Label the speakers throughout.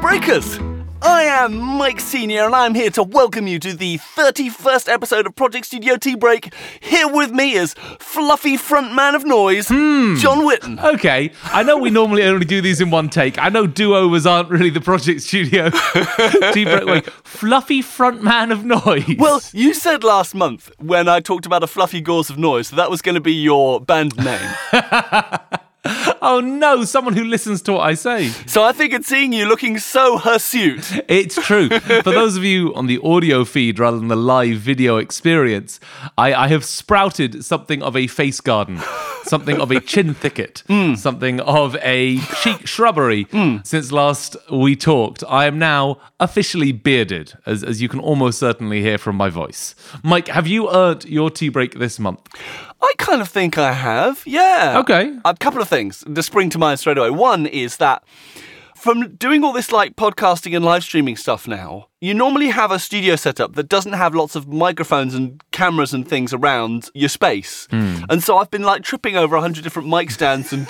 Speaker 1: Breakers! I am Mike Senior, and I'm here to welcome you to the 31st episode of Project Studio Tea Break. Here with me is fluffy frontman of noise, John Whitten.
Speaker 2: Okay, I know we normally only do these in one take. I know do-overs aren't really the project studio. Tea break, wait, fluffy frontman of noise.
Speaker 1: Well, you said last month when I talked about a fluffy gauze of noise that that was going to be your band name.
Speaker 2: oh no, someone who listens to what I say.
Speaker 1: so I figured seeing you looking so hirsute.
Speaker 2: It's true. For those of you on the audio feed rather than the live video experience, I, I have sprouted something of a face garden, something of a chin thicket, something of a cheek shrubbery since last we talked. I am now officially bearded, as, as you can almost certainly hear from my voice. Mike, have you earned your tea break this month?
Speaker 1: I kind of think I have, yeah.
Speaker 2: Okay.
Speaker 1: A couple of things that spring to mind straight away. One is that from doing all this like podcasting and live streaming stuff now, you normally have a studio setup that doesn't have lots of microphones and cameras and things around your space. And so I've been like tripping over 100 different mic stands and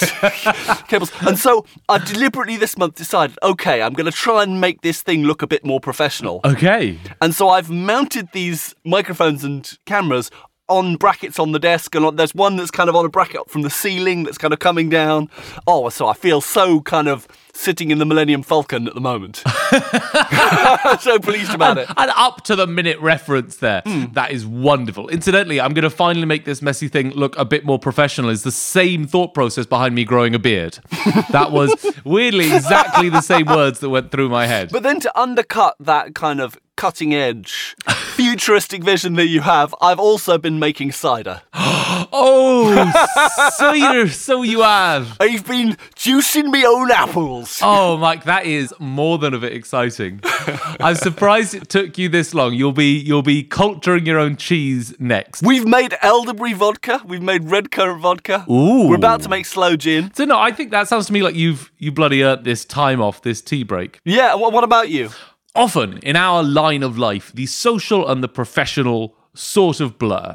Speaker 1: cables. And so I deliberately this month decided, okay, I'm going to try and make this thing look a bit more professional.
Speaker 2: Okay.
Speaker 1: And so I've mounted these microphones and cameras on brackets on the desk, and on- there's one that's kind of on a bracket up from the ceiling that's kind of coming down. Oh, so I feel so kind of sitting in the Millennium Falcon at the moment. I'm so pleased about it.
Speaker 2: An up to the minute reference there. That is wonderful. Incidentally, I'm going to finally make this messy thing look a bit more professional. It's the same thought process behind me growing a beard. that was weirdly exactly the same words that went through my head.
Speaker 1: But then to undercut that kind of cutting edge, futuristic vision that you have, I've also been making cider.
Speaker 2: oh, so you so you have.
Speaker 1: I've been juicing me own apples.
Speaker 2: Oh, Mike, that is more than a bit exciting. I'm surprised it took you this long. You'll be you'll be culturing your own cheese next.
Speaker 1: We've made elderberry vodka. We've made redcurrant vodka.
Speaker 2: Ooh.
Speaker 1: We're about to make sloe gin.
Speaker 2: So no, I think that sounds to me like you've you bloody earned this time off, this tea break.
Speaker 1: Yeah, what, what about you?
Speaker 2: often in our line of life, the social and the professional sort of blur.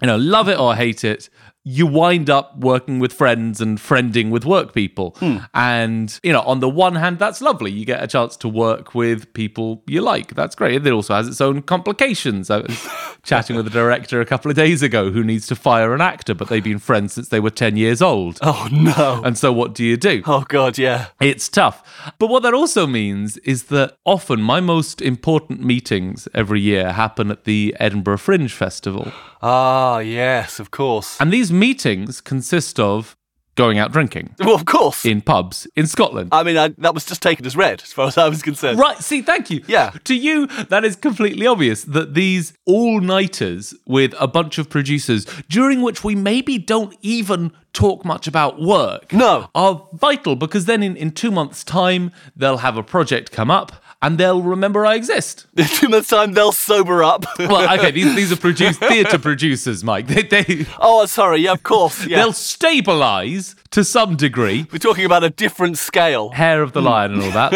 Speaker 2: You know, love it or hate it, you wind up working with friends and friending with work people. And, you know, on the one hand, that's lovely. You get a chance to work with people you like. That's great. It also has its own complications. I was chatting with a director a couple of days ago who needs to fire an actor, but they've been friends since they were 10 years old.
Speaker 1: Oh no.
Speaker 2: And so what do you do?
Speaker 1: Oh god, yeah.
Speaker 2: It's tough. But what that also means is that often my most important meetings every year happen at the Edinburgh Fringe Festival.
Speaker 1: Ah, yes, of course.
Speaker 2: And these meetings consist of going out drinking
Speaker 1: Well, of course.
Speaker 2: in pubs in Scotland.
Speaker 1: I mean, I, that was just taken as read, as far as I was concerned.
Speaker 2: Right, see, thank you.
Speaker 1: Yeah.
Speaker 2: To you, that is completely obvious that these all nighters with a bunch of producers, during which we maybe don't even talk much about work,
Speaker 1: No.
Speaker 2: are vital because then in, in two months' time, they'll have a project come up and they'll remember I exist.
Speaker 1: In two months' time, they'll sober up.
Speaker 2: Well, okay, these, these are produce, theatre producers, Mike. They, they,
Speaker 1: oh, sorry. Yeah, of course. Yeah.
Speaker 2: They'll stabilise to some degree.
Speaker 1: We're talking about a different scale.
Speaker 2: Hair of the lion and all that.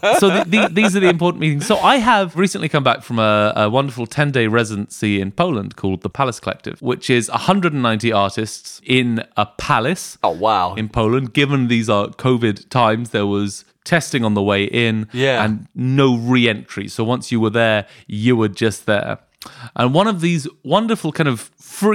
Speaker 2: But, so the, the, these are the important meetings. So I have recently come back from a, a wonderful 10 day residency in Poland called the Palace Collective, which is 190 artists in a palace
Speaker 1: Oh wow.
Speaker 2: in Poland. Given these are COVID times, there was testing on the way in
Speaker 1: Yeah.
Speaker 2: and no re entry. So once you were there, you were just there. And one of these wonderful kind of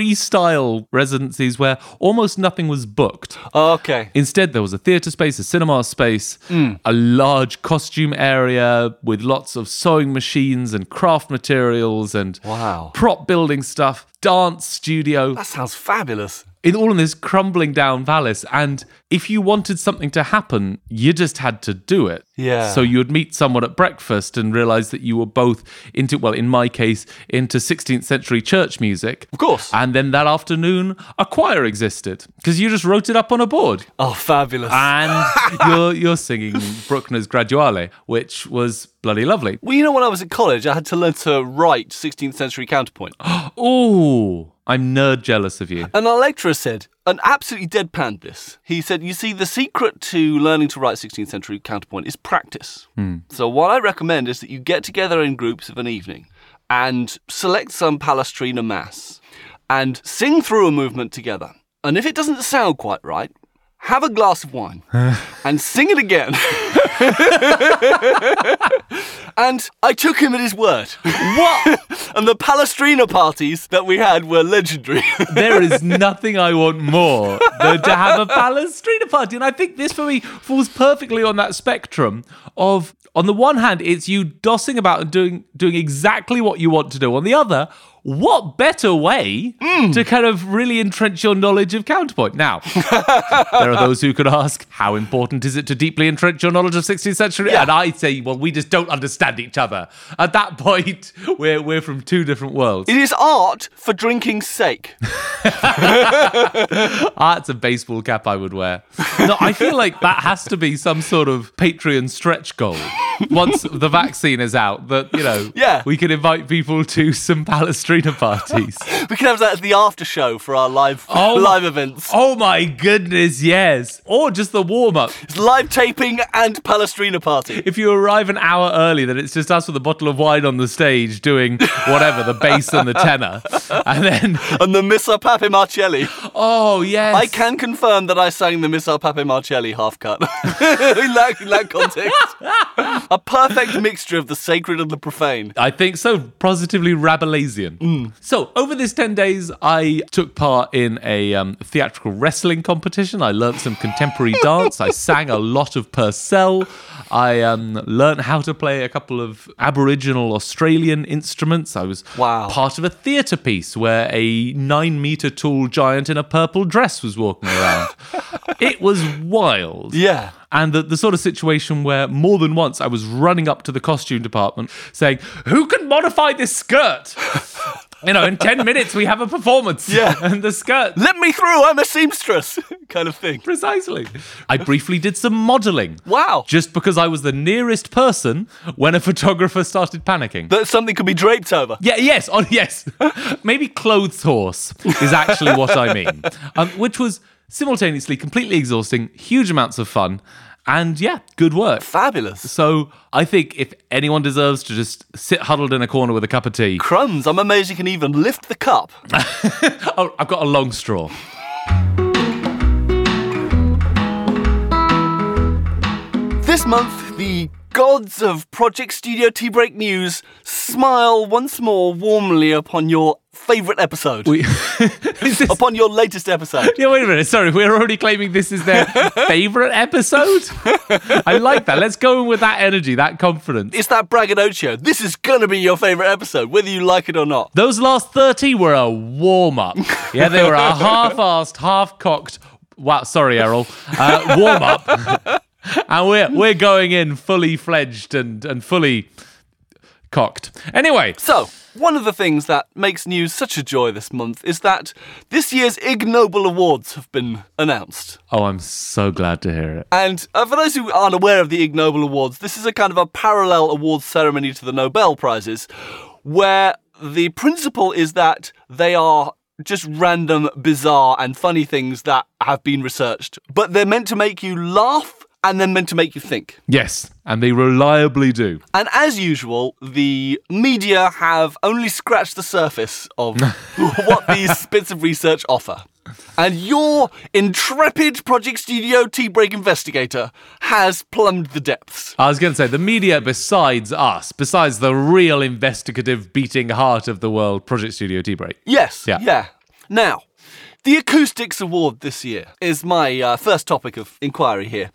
Speaker 2: freestyle residencies where almost nothing was booked.
Speaker 1: Okay.
Speaker 2: Instead, there was a theatre space, a cinema space,
Speaker 1: Hmm.
Speaker 2: a large costume area with lots of sewing machines and craft materials and
Speaker 1: Wow.
Speaker 2: prop building stuff, dance studio
Speaker 1: That sounds fabulous.
Speaker 2: in all of this crumbling down palace. And if you wanted something to happen, you just had to do it.
Speaker 1: Yeah.
Speaker 2: So you would meet someone at breakfast and realize that you were both into, well, in my case, into 16th century church music.
Speaker 1: Of course.
Speaker 2: And then that afternoon, a choir existed because you just wrote it up on a board
Speaker 1: Oh, fabulous.
Speaker 2: and you're, you're singing Bruckner's Graduale, which was bloody lovely.
Speaker 1: well, you know, when I was at college, I had to learn to write 16th century counterpoint.
Speaker 2: Ooh, I'm nerd jealous of you.
Speaker 1: And our lecturer said, and absolutely deadpanned this. He said, You see, the secret to learning to write 16th century counterpoint is practice.
Speaker 2: Hmm.
Speaker 1: So, what I recommend is that you get together in groups of an evening and select some Palestrina Mass and sing through a movement together. And if it doesn't sound quite right, have a glass of wine and sing it again. and I took him at his word.
Speaker 2: What?
Speaker 1: and the Palestrina parties that we had were legendary.
Speaker 2: there is nothing I want more than to have a Palestrina party. And I think this for me falls perfectly on that spectrum of on the one hand, it's you dossing about and doing doing exactly what you want to do. On the other, what better way to kind of really entrench your knowledge of counterpoint? Now, there are those who could ask, how important is it to deeply entrench your knowledge of 16th century? And I say, well, we just don't understand each other. At that point, we're, we're from two different worlds.
Speaker 1: it is art for drinking's sake.
Speaker 2: That's a baseball cap I would wear. No, I feel like that has to be some sort of Patreon stretch goal. Once the vaccine is out, that you know,
Speaker 1: Yeah.
Speaker 2: we can invite people to some Palestrina parties.
Speaker 1: We can have that as the after show for our live live events.
Speaker 2: Oh my goodness, yes. Or just the warm up.
Speaker 1: It's live taping and Palestrina party.
Speaker 2: If you arrive an hour early, then it's just us with a bottle of wine on the stage doing whatever the bass and the tenor, and then
Speaker 1: And the Missa Pape Marcelli.
Speaker 2: oh yes,
Speaker 1: I can confirm that I sang the Missa Pape Marcelli half cut. in, that, in that context. A perfect mixture of the sacred and the profane.
Speaker 2: I think so. Positively Rabelaisian. So over this ten days, I took part in a um, theatrical wrestling competition. I learnt some contemporary dance. I sang a lot of Purcell. I um, learnt how to play a couple of Aboriginal Australian instruments. I was
Speaker 1: Wow.
Speaker 2: part of a theatre piece where a nine meter tall giant in a purple dress was walking around. it was wild.
Speaker 1: Yeah.
Speaker 2: And the, the sort of situation where more than once I was running up to the costume department saying, Who can modify this skirt? you know, in 10 minutes we have a performance.
Speaker 1: Yeah.
Speaker 2: and the skirt.
Speaker 1: Let me through, I'm a seamstress kind of thing.
Speaker 2: Precisely. I briefly did some modeling.
Speaker 1: Wow.
Speaker 2: Just because I was the nearest person when a photographer started panicking.
Speaker 1: That something could be draped over.
Speaker 2: Yeah, yes, oh, yes. Maybe clothes horse is actually what I mean, um, which was simultaneously completely exhausting, huge amounts of fun, and yeah, good work.
Speaker 1: Fabulous.
Speaker 2: So I think if anyone deserves to just sit huddled in a corner with a cup of tea,
Speaker 1: Crumbs, I'm amazed you can even lift the cup.
Speaker 2: oh, I've got a long straw.
Speaker 1: This month, the gods of Project Studio Tea Break News smile once more warmly upon your favourite episode.
Speaker 2: We- Is this-
Speaker 1: upon your latest episode.
Speaker 2: yeah, wait a minute. Sorry, we're already claiming this is their favorite episode. I like that. Let's go in with that energy, that confidence.
Speaker 1: It's that braggadocio. This is gonna be your favourite episode, whether you like it or not.
Speaker 2: Those last 30 were a warm up. Yeah, they were a half assed, half cocked, wow, sorry, Errol, uh, warm up. and we're, we're going in fully fledged and, and fully cocked. Anyway.
Speaker 1: So, one of the things that makes news such a joy this month is that this year's Ig Nobel Awards have been announced.
Speaker 2: Oh, I'm so glad to hear it.
Speaker 1: And uh, for those who aren't aware of the Ig Nobel Awards, this is a kind of a parallel awards ceremony to the Nobel Prizes, where the principle is that they are just random, bizarre, and funny things that have been researched, but they're meant to make you laugh and they're meant to make you think.
Speaker 2: Yes, and they reliably do.
Speaker 1: And as usual, the media have only scratched the surface of what these bits of research offer. And your intrepid Project Studio Tea Break investigator has plumbed the depths.
Speaker 2: I was going to say the media, besides us, besides the real investigative beating heart of the world, Project Studio Tea Break.
Speaker 1: Yes.
Speaker 2: Yeah.
Speaker 1: Now, the Acoustics Award this year is my uh, first topic of inquiry here.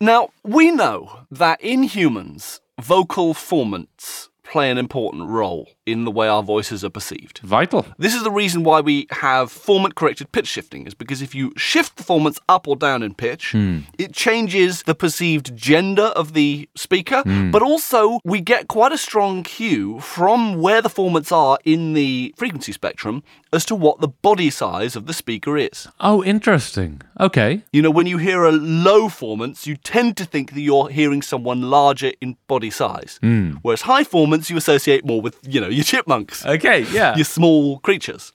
Speaker 1: Now, we know that in humans, vocal formants play an important role in the way our voices are perceived.
Speaker 2: Vital.
Speaker 1: This is the reason why we have formant corrected pitch shifting, is because if you shift the formants up or down in pitch, it changes the perceived gender of the speaker, but also we get quite a strong cue from where the formants are in the frequency spectrum as to what the body size of the speaker is.
Speaker 2: Oh, interesting. Okay.
Speaker 1: You know, when you hear a low formants, you tend to think that you're hearing someone larger in body size, whereas high formants you associate more with, you know, your chipmunks
Speaker 2: Okay, yeah.
Speaker 1: your small creatures.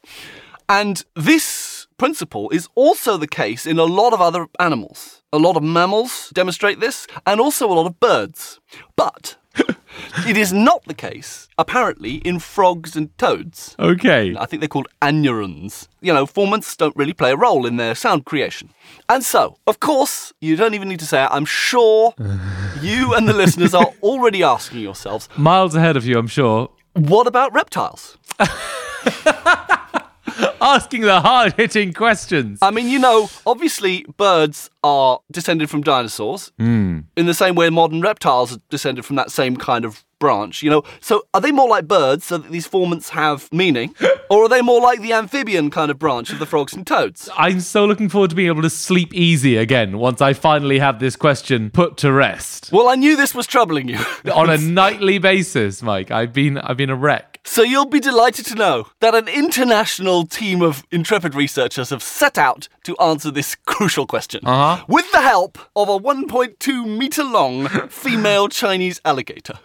Speaker 1: And this principle is also the case in a lot of other animals. A lot of mammals demonstrate this, and also a lot of birds. But It is not the case, apparently, in frogs and toads.
Speaker 2: Okay.
Speaker 1: I think they're called anurans. You know, formants don't really play a role in their sound creation. And so, of course, you don't even need to say it. I'm sure you and the listeners are already asking yourselves,
Speaker 2: Miles ahead of you, I'm sure.
Speaker 1: what about reptiles?
Speaker 2: Asking the hard hitting questions.
Speaker 1: I mean, you know, obviously birds are descended from dinosaurs in the same way modern reptiles are descended from that same kind of branch, you know. So are they more like birds so that these formants have meaning? or are they more like the amphibian kind of branch of the frogs and toads?
Speaker 2: I'm so looking forward to being able to sleep easy again once I finally have this question put to rest.
Speaker 1: Well, I knew this was troubling you.
Speaker 2: On a nightly basis, Mike. I've been I've been a wreck.
Speaker 1: So you'll be delighted to know that an international team of intrepid researchers have set out to answer this crucial question
Speaker 2: Uh-huh.
Speaker 1: with the help of a 1.2 meter long female Chinese alligator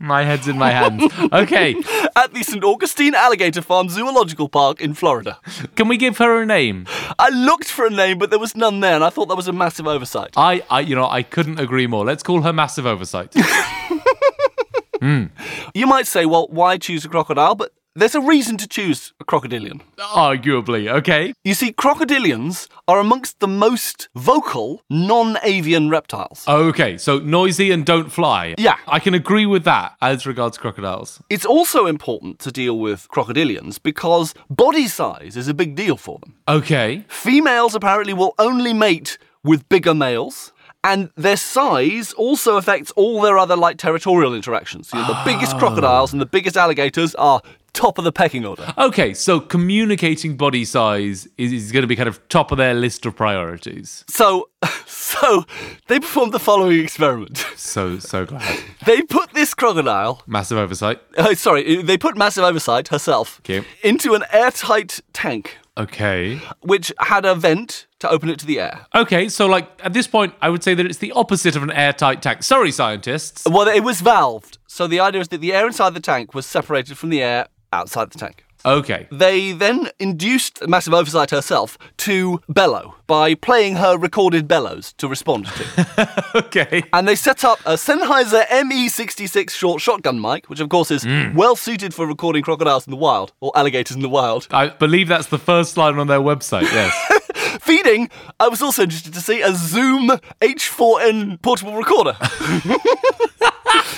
Speaker 2: My head's in my hands. Okay.
Speaker 1: at the St. Augustine Alligator Farm Zoological Park in Florida.
Speaker 2: Can we give her a name?
Speaker 1: I looked for a name, but there was none there, and I thought that was a massive oversight.
Speaker 2: I, I you know, I couldn't agree more. Let's call her massive oversight.
Speaker 1: You might say, well, why choose a crocodile? But there's a reason to choose a crocodilian.
Speaker 2: Arguably, okay.
Speaker 1: You see, crocodilians are amongst the most vocal non avian reptiles.
Speaker 2: Okay, so noisy and don't fly.
Speaker 1: Yeah.
Speaker 2: I can agree with that as regards crocodiles.
Speaker 1: It's also important to deal with crocodilians because body size is a big deal for them.
Speaker 2: Okay.
Speaker 1: Females apparently will only mate with bigger males. And their size also affects all their other like territorial interactions. You know, the biggest crocodiles and the biggest alligators are top of the pecking order.
Speaker 2: Okay, so communicating body size is, is going to be kind of top of their list of priorities.
Speaker 1: So, so they performed the following experiment.
Speaker 2: So, so glad.
Speaker 1: They put this crocodile
Speaker 2: Massive oversight.
Speaker 1: Uh, sorry, they put Massive Oversight herself
Speaker 2: Okay.
Speaker 1: into an airtight tank,
Speaker 2: Okay.
Speaker 1: which had a vent to open it to the air.
Speaker 2: Okay, so like at this point, I would say that it's the opposite of an airtight tank. Sorry, scientists.
Speaker 1: Well, it was valved, so the idea is that the air inside the tank was separated from the air outside the tank.
Speaker 2: Okay.
Speaker 1: They then induced Massive Oversight herself to bellow by playing her recorded bellows to respond to.
Speaker 2: Okay.
Speaker 1: and they set up a Sennheiser ME66 short shotgun mic, which of course is well suited for recording crocodiles in the wild or alligators in the wild.
Speaker 2: I believe that's the first line on their website, yes.
Speaker 1: Feeding, I was also interested to see a Zoom H4n portable recorder.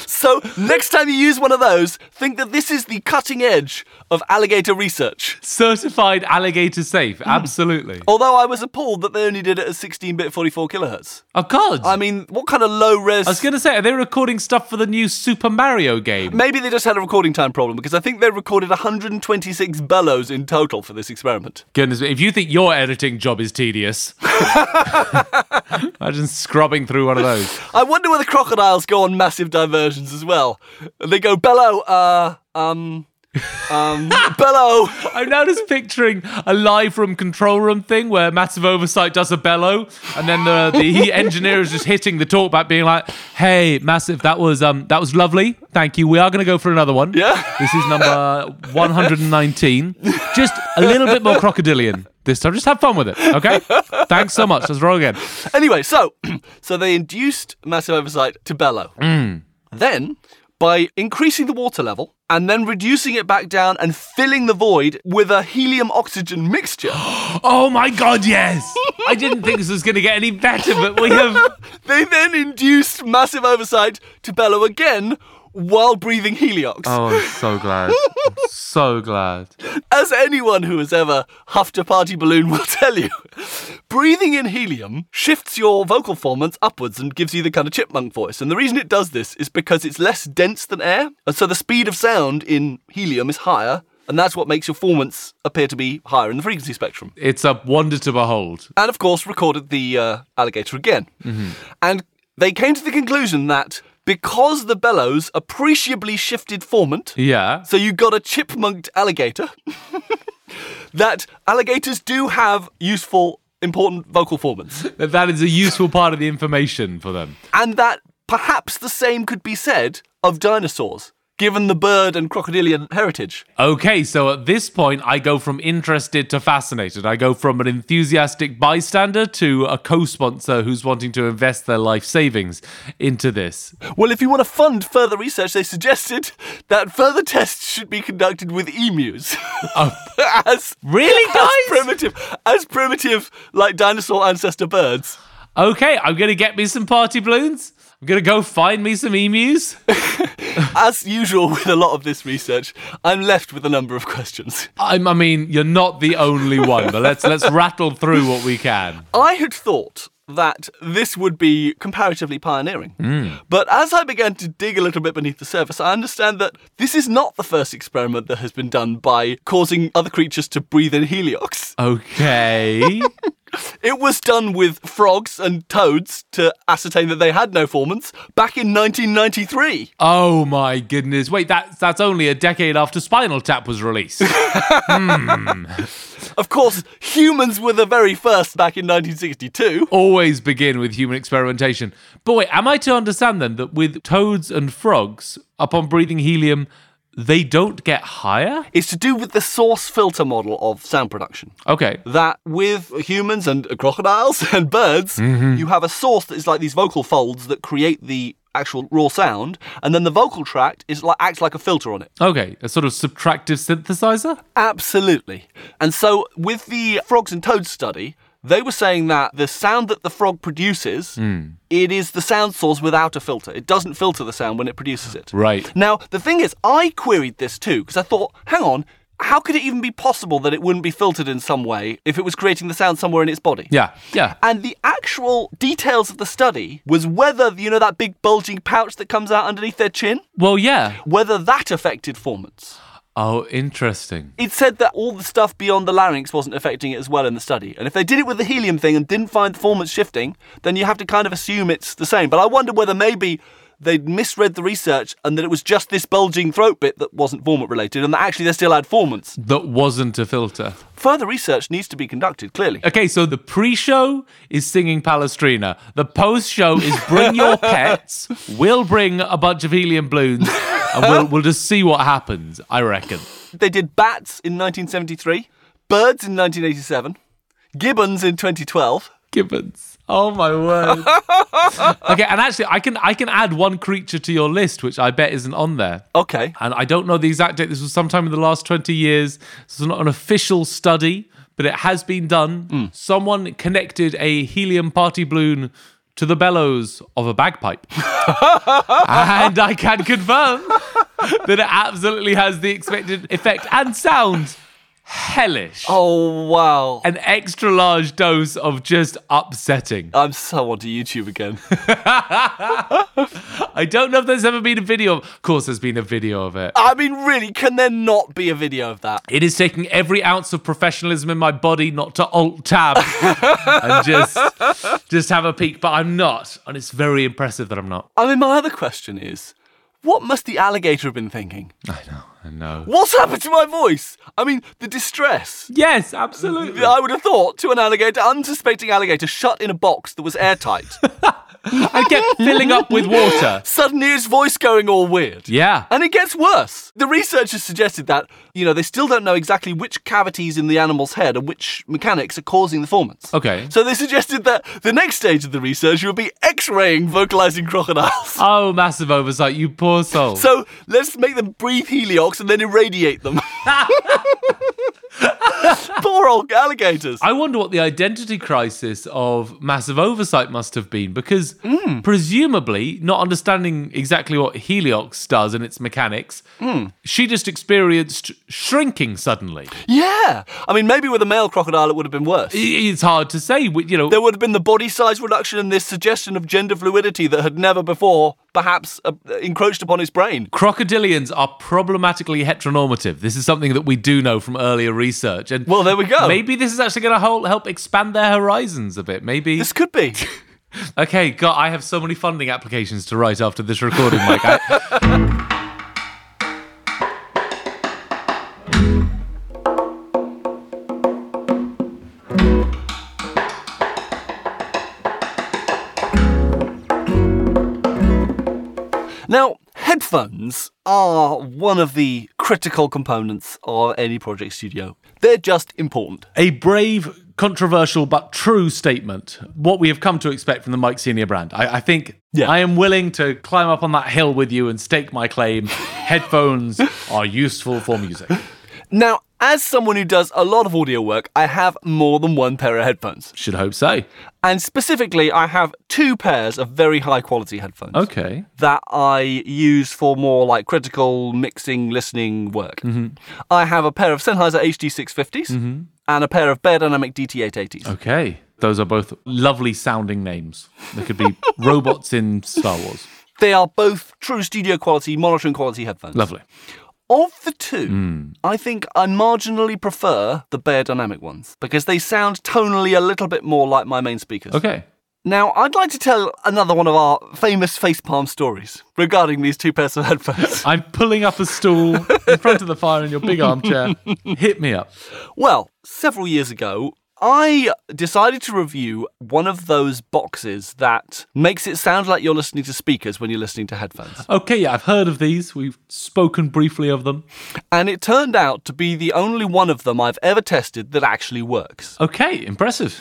Speaker 1: so, next time you use one of those, think that this is the cutting edge of alligator research.
Speaker 2: Certified alligator safe, absolutely.
Speaker 1: Although I was appalled that they only did it at 16 bit 44 kilohertz.
Speaker 2: Of course.
Speaker 1: I mean, what kind of low res.
Speaker 2: I was going to say, are they recording stuff for the new Super Mario game?
Speaker 1: Maybe they just had a recording time problem because I think they recorded 126 bellows in total for this experiment.
Speaker 2: Goodness me, if you think your editing job is tedious, imagine scrubbing through one of those.
Speaker 1: I wonder whether crocodiles go on massive diversions as well. They go bellow, uh, um, um, bellow.
Speaker 2: I'm now just picturing a live room control room thing where massive oversight does a bellow, and then the, the engineer is just hitting the talkback, being like, "Hey, massive, that was um, that was lovely. Thank you. We are going to go for another one.
Speaker 1: Yeah.
Speaker 2: this is number 119. Just a little bit more crocodilian this time. Just have fun with it. Okay. Thanks so much. Let's roll again.
Speaker 1: Anyway, so so they induced massive oversight to bellow.
Speaker 2: Mm.
Speaker 1: Then, by increasing the water level and then reducing it back down and filling the void with a helium oxygen mixture,
Speaker 2: Oh my God, yes. I didn't think this was going to get any better, but we have.
Speaker 1: they then induced massive oversight to bellow again while breathing heliox.
Speaker 2: Oh, I'm so glad. I'm so glad.
Speaker 1: As anyone who has ever huffed a party balloon will tell you, breathing in helium shifts your vocal formants upwards and gives you the kind of chipmunk voice. And the reason it does this is because it's less dense than air, and so the speed of sound in helium is higher, and that's what makes your formants appear to be higher in the frequency spectrum
Speaker 2: It's a wonder to behold.
Speaker 1: and of course recorded the uh, alligator again. And they came to the conclusion that because the bellows appreciably shifted formant,
Speaker 2: Yeah.
Speaker 1: so you got a chipmunked alligator, that alligators do have useful, important vocal formants,
Speaker 2: that that is a useful part of the information for them.
Speaker 1: and that perhaps the same could be said of dinosaurs. given the bird and crocodilian heritage.
Speaker 2: Okay, so at this point, I go from interested to fascinated. I go from an enthusiastic bystander to a co sponsor who's wanting to invest their life savings into this.
Speaker 1: Well, if you want to fund further research, they suggested that further tests should be conducted with emus. as
Speaker 2: Oh. Really,
Speaker 1: as
Speaker 2: guys?
Speaker 1: primitive, as primitive, like dinosaur ancestor birds.
Speaker 2: Okay, I'm going to get me some party balloons. I'm going to go find me some emus.
Speaker 1: As usual with a lot of this research, I'm left with a number of questions.
Speaker 2: I'm, I mean, you're not the only one, but let's let's rattle through what we can.
Speaker 1: I had thought that this would be comparatively pioneering.
Speaker 2: Hmm.
Speaker 1: But as I began to dig a little bit beneath the surface, I understand that this is not the first experiment that has been done by causing other creatures to breathe in heliox.
Speaker 2: Okay.
Speaker 1: It was done with frogs and toads to ascertain that they had no formants back in 1993.
Speaker 2: Oh my goodness. Wait, that's that's only a decade after Spinal Tap was released.
Speaker 1: Of course, humans were the very first back in 1962.
Speaker 2: always begin with human experimentation. But wait, am I to understand then that with toads and frogs, upon breathing helium, they don't get higher?
Speaker 1: It's to do with the source filter model of sound production.
Speaker 2: Okay.
Speaker 1: that with humans and crocodiles and birds, you have a source that is like these vocal folds that create the actual raw sound, and then the vocal tract is like acts like a filter on it.
Speaker 2: Okay, a sort of subtractive synthesizer?
Speaker 1: Absolutely. And so with the frogs and toads study, they were saying that the sound that the frog produces,
Speaker 2: Hmm.
Speaker 1: it is the sound source without a filter. It doesn't filter the sound when it produces it.
Speaker 2: Right.
Speaker 1: Now, the thing is, I queried this too because I thought, hang on, how could it even be possible that it wouldn't be filtered in some way if it was creating the sound somewhere in its body?
Speaker 2: Yeah, yeah.
Speaker 1: And the actual details of the study was whether, you know, that big bulging pouch that comes out underneath their chin,
Speaker 2: Well, yeah.
Speaker 1: whether that affected formants.
Speaker 2: Oh, interesting.
Speaker 1: It said that all the stuff beyond the larynx wasn't affecting it as well in the study. And if they did it with the helium thing and didn't find the formants shifting, then you have to kind of assume it's the same. But I wonder whether maybe they'd misread the research and that it was just this bulging throat bit that wasn't formant related and that actually they still had formants.
Speaker 2: That wasn't a filter.
Speaker 1: Further research needs to be conducted, clearly.
Speaker 2: Okay, so the pre-show is singing Palestrina. The post-show is bring your pets. We'll bring a bunch of helium balloons, and we'll, we'll just see what happens. I reckon.
Speaker 1: They did bats in 1973, birds in 1987, gibbons in 2012.
Speaker 2: Gibbons. Oh my word. okay, and actually, I can I can add one creature to your list, which I bet isn't on there.
Speaker 1: Okay.
Speaker 2: And I don't know the exact date. This was sometime in the last 20 years. This is not an official study, but it has been done. Someone connected a helium party balloon to the bellows of a bagpipe. and I can confirm that it absolutely has the expected effect and sounds hellish.
Speaker 1: Oh, wow.
Speaker 2: An extra large dose of just upsetting.
Speaker 1: I'm so onto YouTube again.
Speaker 2: I don't know if there's ever been a video. Of Of course, there's been a video of it.
Speaker 1: I mean, really, can there not be a video of that?
Speaker 2: It is taking every ounce of professionalism in my body not to alt tab and just just have a peek, but I'm not, and it's very impressive that I'm not.
Speaker 1: I mean, my other question is what must the alligator have been thinking?
Speaker 2: I know, I know.
Speaker 1: What's happened to my voice? I mean, the distress.
Speaker 2: Yes, absolutely.
Speaker 1: I would have thought to an alligator, unsuspecting alligator, shut in a box that was airtight.
Speaker 2: I kept filling up with water.
Speaker 1: Suddenly, his voice going all weird.
Speaker 2: Yeah.
Speaker 1: And it gets worse. The researchers suggested that, you know, they still don't know exactly which cavities in the animal's head and which mechanics are causing the formants.
Speaker 2: Okay.
Speaker 1: So they suggested that the next stage of the research would be x raying vocalizing crocodiles.
Speaker 2: Oh, massive oversight, you poor soul.
Speaker 1: So let's make them breathe heliox and then irradiate them. Poor old alligators.
Speaker 2: I wonder what the identity crisis of massive oversight must have been because
Speaker 1: Hmm.
Speaker 2: presumably not understanding exactly what Heliox does and its mechanics,
Speaker 1: Hmm.
Speaker 2: she just experienced shrinking suddenly.
Speaker 1: Yeah. I mean, maybe with a male crocodile it would have been worse.
Speaker 2: I- It's hard to say, we- you know.
Speaker 1: There would have been the body size reduction and this suggestion of gender fluidity that had never before perhaps uh, encroached upon his brain.
Speaker 2: Crocodilians are problematically heteronormative. This is something that we do know from earlier research. And
Speaker 1: Well, there we go.
Speaker 2: maybe this is actually going to help expand their horizons a bit. Maybe
Speaker 1: This could be.
Speaker 2: Okay, God, I have so many funding applications to write after this recording, Mike. I-
Speaker 1: Now, Headphones are one of the critical components of any project studio. They're just important.
Speaker 2: A brave, controversial, but true statement. What we have come to expect from the Mike Senior brand. I, I think
Speaker 1: Yeah.
Speaker 2: I am willing to climb up on that hill with you and stake my claim. Headphones are useful for music.
Speaker 1: Now, as someone who does a lot of audio work, I have more than one pair of headphones.
Speaker 2: Should hope so.
Speaker 1: And specifically, I have two pairs of very high quality headphones.
Speaker 2: Okay.
Speaker 1: that I use for more like critical mixing, listening work.
Speaker 2: Mm-hmm.
Speaker 1: I have a pair of Sennheiser HD650s and a pair of Bear Dynamic DT880s.
Speaker 2: Okay. Those are both lovely sounding names. They could be robots in Star Wars.
Speaker 1: They are both true studio quality, monitoring quality headphones.
Speaker 2: Lovely.
Speaker 1: Of the two,
Speaker 2: Mm.
Speaker 1: I think I marginally prefer the Bear Dynamic ones because they sound tonally a little bit more like my main speakers.
Speaker 2: Okay.
Speaker 1: Now, I'd like to tell another one of our famous facepalm stories regarding these two pairs of headphones.
Speaker 2: I'm pulling up a stool in front of the fire in your big armchair. Hit me up.
Speaker 1: Well, several years ago, I decided to review one of those boxes that makes it sound like you're listening to speakers when you're listening to headphones.
Speaker 2: Okay, yeah, I've heard of these. We've spoken briefly of them.
Speaker 1: And it turned out to be the only one of them I've ever tested that actually works.
Speaker 2: Okay, impressive.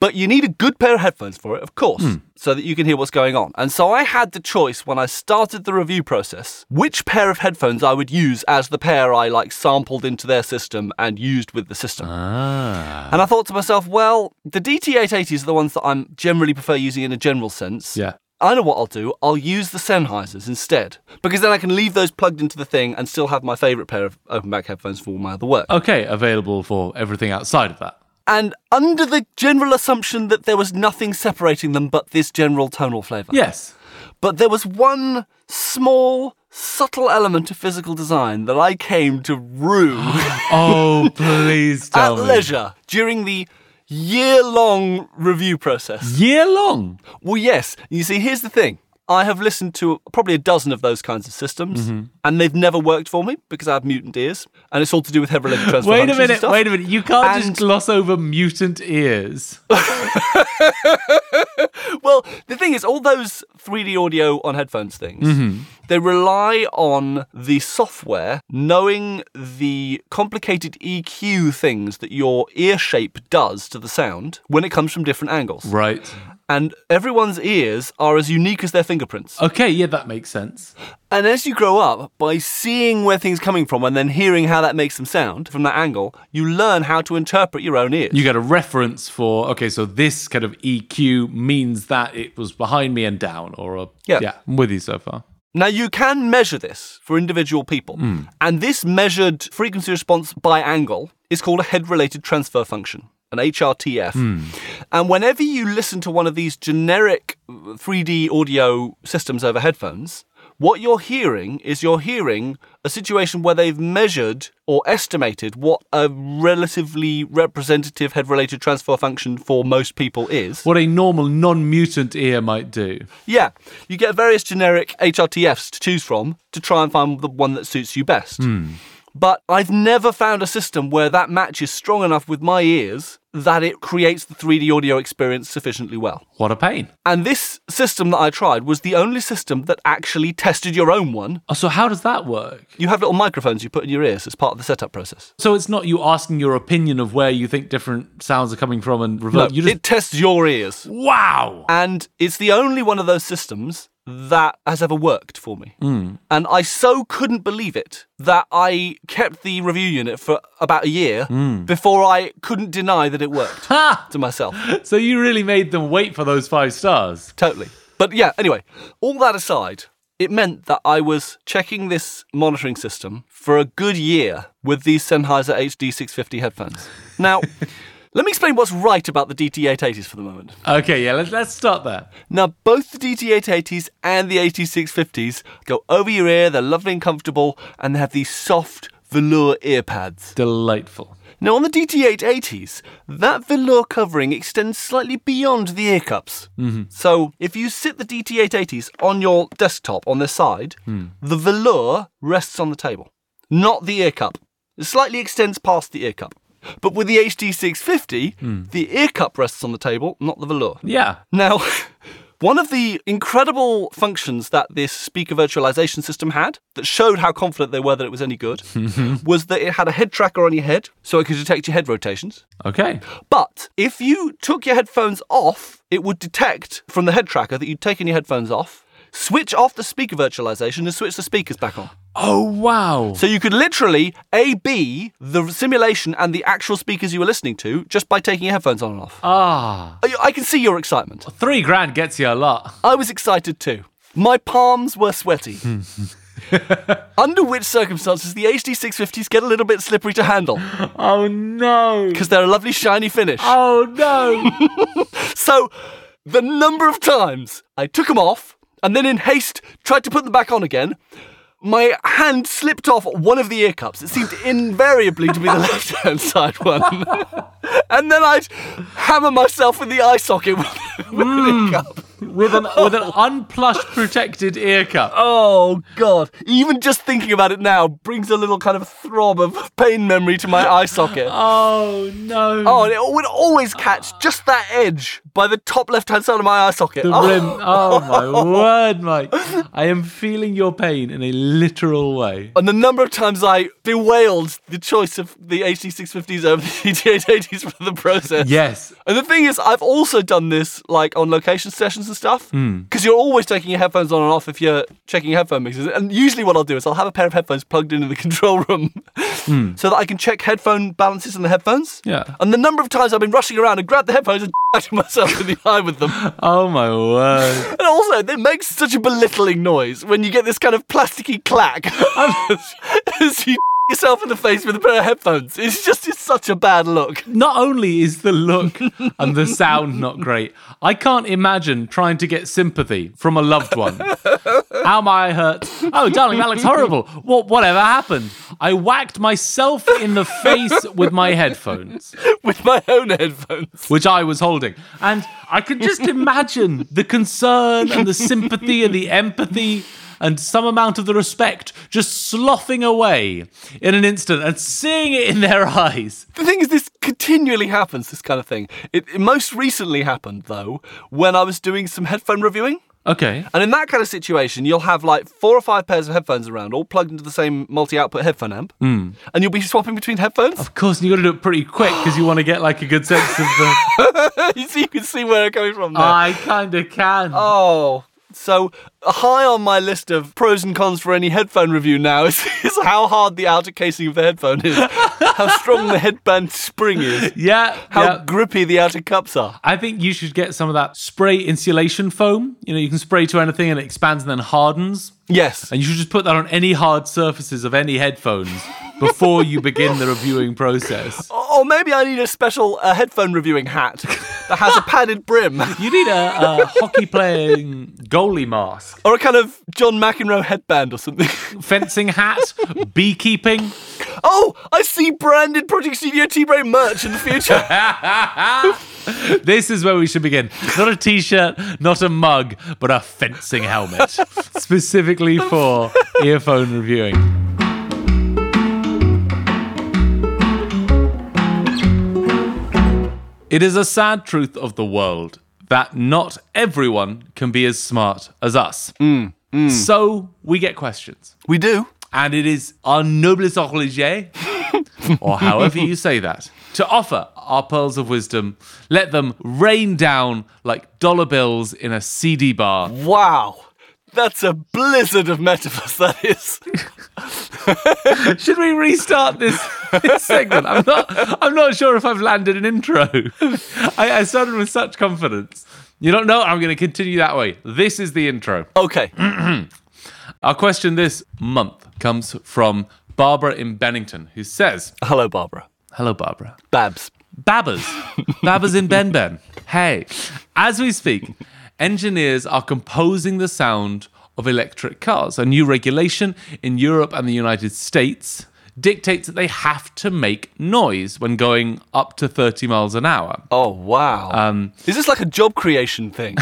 Speaker 1: But you need a good pair of headphones for it, of course,
Speaker 2: Hmm.
Speaker 1: so that you can hear what's going on. And so I had the choice when I started the review process which pair of headphones I would use as the pair I like sampled into their system and used with the system.
Speaker 2: Ah.
Speaker 1: And I thought to myself, well, the DT880s are the ones that I'm generally prefer using in a general sense.
Speaker 2: Yeah.
Speaker 1: I know what I'll do. I'll use the Sennheisers instead because then I can leave those plugged into the thing and still have my favourite pair of open back headphones for all my other work.
Speaker 2: Okay, available for everything outside of that.
Speaker 1: And under the general assumption that there was nothing separating them but this general tonal flavour.
Speaker 2: Yes.
Speaker 1: But there was one small, subtle element of physical design that I came to rue.
Speaker 2: Oh, please
Speaker 1: At
Speaker 2: tell me.
Speaker 1: leisure, during the year long review process.
Speaker 2: Year long.
Speaker 1: Well, yes. You see, here's the thing. I have listened to probably a dozen of those kinds of systems,
Speaker 2: Mm-hmm.
Speaker 1: and they've never worked for me because I have mutant ears, and it's all to do with head related transfer.
Speaker 2: Wait a
Speaker 1: functions and
Speaker 2: minute,
Speaker 1: stuff.
Speaker 2: wait a minute. You can't
Speaker 1: And-
Speaker 2: just gloss over mutant ears.
Speaker 1: Well, the thing is, all those 3D audio on headphones things, they rely on the software knowing the complicated EQ things that your ear shape does to the sound when it comes from different angles.
Speaker 2: Right.
Speaker 1: And everyone's ears are as unique as their fingerprints.
Speaker 2: Okay, yeah, that makes sense.
Speaker 1: And as you grow up, by seeing where things are coming from and then hearing how that makes them sound from that angle, you learn how to interpret your own ears.
Speaker 2: You get a reference for, okay, so this kind of EQ means that it was behind me and down, or a.
Speaker 1: Yeah.
Speaker 2: yeah I'm with you so far.
Speaker 1: now, you can measure this for individual people. And this measured frequency response by angle is called a head related transfer function, an HRTF. And whenever you listen to one of these generic 3D audio systems over headphones, what you're hearing is you're hearing a situation where they've measured or estimated what a relatively representative head related transfer function for most people is.
Speaker 2: What a normal non mutant ear might do.
Speaker 1: Yeah, you get various generic HRTFs to choose from to try and find the one that suits you best.
Speaker 2: Hmm.
Speaker 1: But I've never found a system where that match is strong enough with my ears that it creates the 3D audio experience sufficiently well.
Speaker 2: What a pain.
Speaker 1: And this system that I tried was the only system that actually tested your own one
Speaker 2: Oh, so how does that work?
Speaker 1: You have little microphones you put in your ears as part of the setup process.
Speaker 2: So it's not you asking your opinion of where you think different sounds are coming from and
Speaker 1: No,
Speaker 2: revert. you just
Speaker 1: it tests your ears.
Speaker 2: wow.
Speaker 1: And it's the only one of those systems that has ever worked for me. And I so couldn't believe it that I kept the review unit for about a year before I couldn't deny that it worked
Speaker 2: Ha!
Speaker 1: to myself.
Speaker 2: So you really made them wait for those five stars.
Speaker 1: Totally. But yeah, anyway, all that aside, it meant that I was checking this monitoring system for a good year with these Sennheiser HD650 headphones. Now, let me explain what's right about the DT880s for the moment.
Speaker 2: Okay, yeah, let's let's start there.
Speaker 1: Now, both the DT880s and the 8650s go over your ear, they're lovely and comfortable, and they have these soft velour ear pads.
Speaker 2: Delightful.
Speaker 1: Now, on the DT880s, that velour covering extends slightly beyond the ear cups. So, if you sit the DT880s on your desktop on the side, the velour rests on the table, not the ear cup. It slightly extends past the ear cup. But with the HD650, the ear cup rests on the table, not the velour.
Speaker 2: Yeah.
Speaker 1: Now, One of the incredible functions that this speaker virtualization system had that showed how confident they were that it was any good was that it had a head tracker on your head so it could detect your head rotations.
Speaker 2: Okay.
Speaker 1: But if you took your headphones off, it would detect from the head tracker that you'd taken your headphones off, switch off the speaker virtualization, and switch the speakers back on.
Speaker 2: Oh wow.
Speaker 1: So you could literally A B the simulation and the actual speakers you were listening to just by taking your headphones on and off.
Speaker 2: Ah,
Speaker 1: I- I can see your excitement.
Speaker 2: three grand gets you a lot.
Speaker 1: I was excited too. My palms were sweaty. Under which circumstances the HD 650s get a little bit slippery to handle
Speaker 2: Oh no.
Speaker 1: because they're a lovely shiny finish.
Speaker 2: Oh no.
Speaker 1: So the number of times I took them off and then in haste tried to put them back on again, my hand slipped off one of the ear cups. It seemed invariably to be the left hand side one. and then I'd hammer myself in the eye socket with, with an ear cup.
Speaker 2: with an with an unplush protected ear cup.
Speaker 1: Oh god! Even just thinking about it now brings a little kind of throb of pain memory to my eye socket.
Speaker 2: Oh no.
Speaker 1: Oh, and it would always catch just that edge by the top left-hand side of my eye socket.
Speaker 2: the
Speaker 1: Oh,
Speaker 2: rim. Oh my word, Mike. I am feeling your pain in a literal way.
Speaker 1: And the number of times I bewailed the choice of the HD650s over the GT880s for the process.
Speaker 2: Yes.
Speaker 1: And the thing is, I've also done this like on location sessions and stuff because you're always taking your headphones on and off if you're checking your headphone mixes. And usually, what I'll do is I'll have a pair of headphones plugged into the control room so that I can check headphone balances in the headphones.
Speaker 2: Yeah.
Speaker 1: And the number of times I've been rushing around and grabbed the headphones and to myself in the eye with them.
Speaker 2: Oh my word.
Speaker 1: And also, it makes such a belittling noise when you get this kind of plasticky clack as you yourself in the face with a pair of headphones. It's just it's such a bad look.
Speaker 2: Not only is the look and the sound not great, I can't imagine trying to get sympathy from a loved one. How my eye hurts. Oh, darling, that looks horrible. What? Whatever happened? I whacked myself in the face with my headphones.
Speaker 1: With my own headphones.
Speaker 2: which I was holding. And I could just imagine the concern and the sympathy and the empathy and some amount of the respect just sloughing away in an instant and seeing it in their eyes.
Speaker 1: The thing is, this continually happens, this kind of thing. It, it most recently happened, though, when I was doing some headphone reviewing.
Speaker 2: Okay.
Speaker 1: And in that kind of situation, you'll have like four or five pairs of headphones around, all plugged into the same multi output headphone amp. And you'll be swapping between headphones.
Speaker 2: Of course, you got to do it pretty quick because you want to get like a good sense of the.
Speaker 1: so you can see where I'm coming from there.
Speaker 2: I kind of can.
Speaker 1: Oh, so high on my list of pros and cons for any headphone review now is, is how hard the outer casing of the headphone is, how strong the headband spring is,
Speaker 2: yeah.
Speaker 1: how
Speaker 2: yeah.
Speaker 1: grippy the outer cups are.
Speaker 2: I think you should get some of that spray insulation foam. You know, you can spray to anything and it expands and then hardens.
Speaker 1: Yes.
Speaker 2: And you should just put that on any hard surfaces of any headphones before you begin the reviewing process.
Speaker 1: Or Oh, maybe I need a special uh, headphone reviewing hat that has a padded brim
Speaker 2: You need a, a hockey playing goalie mask,
Speaker 1: or a kind of John McEnroe headband or something.
Speaker 2: fencing hat, beekeeping.
Speaker 1: oh, I see branded Project Studio T Brain merch in the future.
Speaker 2: This is where we should begin. Not a t shirt, not a mug, but a fencing helmet, specifically for earphone reviewing. It is a sad truth of the world that not everyone can be as smart as us. So we get questions.
Speaker 1: we do.
Speaker 2: And it is our noblesse oblige, or however you say that, to offer our pearls of wisdom, let them rain down like dollar bills in a CD bar.
Speaker 1: Mm. Wow. That's a blizzard of metaphors, that is.
Speaker 2: Should we restart this, this segment? I'm not, I'm not sure if I've landed an intro. I, I started with such confidence. You don't know, I'm going to continue that way. This is the intro.
Speaker 1: Okay.
Speaker 2: Our question this month comes from Barbara in Bennington, who says,
Speaker 1: Hello, Barbara.
Speaker 2: Hello, Barbara.
Speaker 1: Babs.
Speaker 2: Babbers. Babbers in Ben Ben. Hey. As we speak, engineers are composing the sound of electric cars. A new regulation in Europe and the United States dictates that they have to make noise when going up to 30 miles an hour.
Speaker 1: Oh wow! Is this like a job creation thing?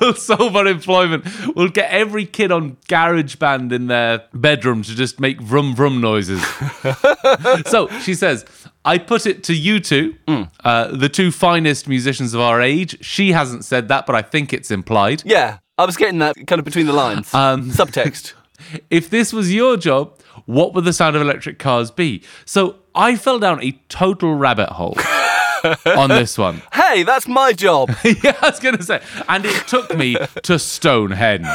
Speaker 2: We'll solve unemployment. We'll get every kid on garage band in their bedroom to just make vroom vroom noises. so she says, I put it to you two, uh, the two finest musicians of our age. She hasn't said that, but I think it's implied.
Speaker 1: Yeah, I was getting that kind of between the lines. Subtext.
Speaker 2: If this was your job, what would the sound of electric cars be? So I fell down a total rabbit hole on this one.
Speaker 1: Hey, that's my job.
Speaker 2: yeah, I was going to say. And it took me to Stonehenge.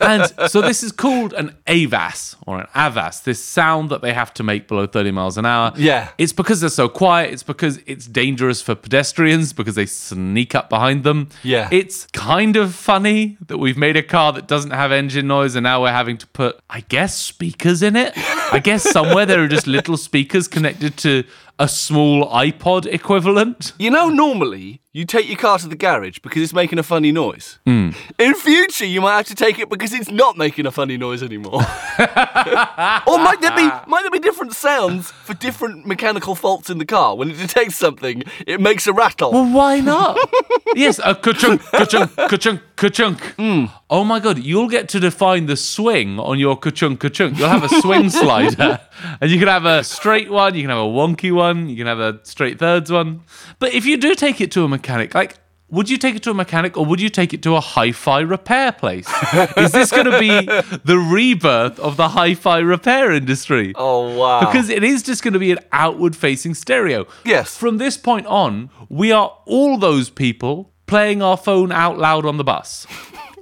Speaker 2: And so this is called an AVAS or an AVAS, this sound that they have to make below 30 miles an hour.
Speaker 1: Yeah.
Speaker 2: It's because they're so quiet. It's because it's dangerous for pedestrians because they sneak up behind them.
Speaker 1: Yeah.
Speaker 2: It's kind of funny that we've made a car that doesn't have engine noise and now we're having to put, I guess, speakers in it. I guess somewhere there are just little speakers connected to a small iPod equivalent.
Speaker 1: You know, normally you take your car to the garage because it's making a funny noise.
Speaker 2: Mm.
Speaker 1: In future, you might have to take it because it's not making a funny noise anymore. or might there be might there be different sounds for different mechanical faults in the car? When it detects something, it makes a rattle.
Speaker 2: Well, why not? yes, a ka-chunk, ka-chunk, ka-chunk, ka-chunk. Oh my god, you'll get to define the swing on your ka-chunk, ka-chunk. You'll have a swing slider, and you can have a straight one, you can have a wonky one, you can have a straight thirds one. But if you do take it to a mechanic, like. Would you take it to a mechanic or would you take it to a hi fi repair place? Is this going to be the rebirth of the hi fi repair industry?
Speaker 1: oh wow!
Speaker 2: because it is just going to be an outward facing stereo.
Speaker 1: Yes.
Speaker 2: From this point on, we are all those people playing our phone out loud on the bus.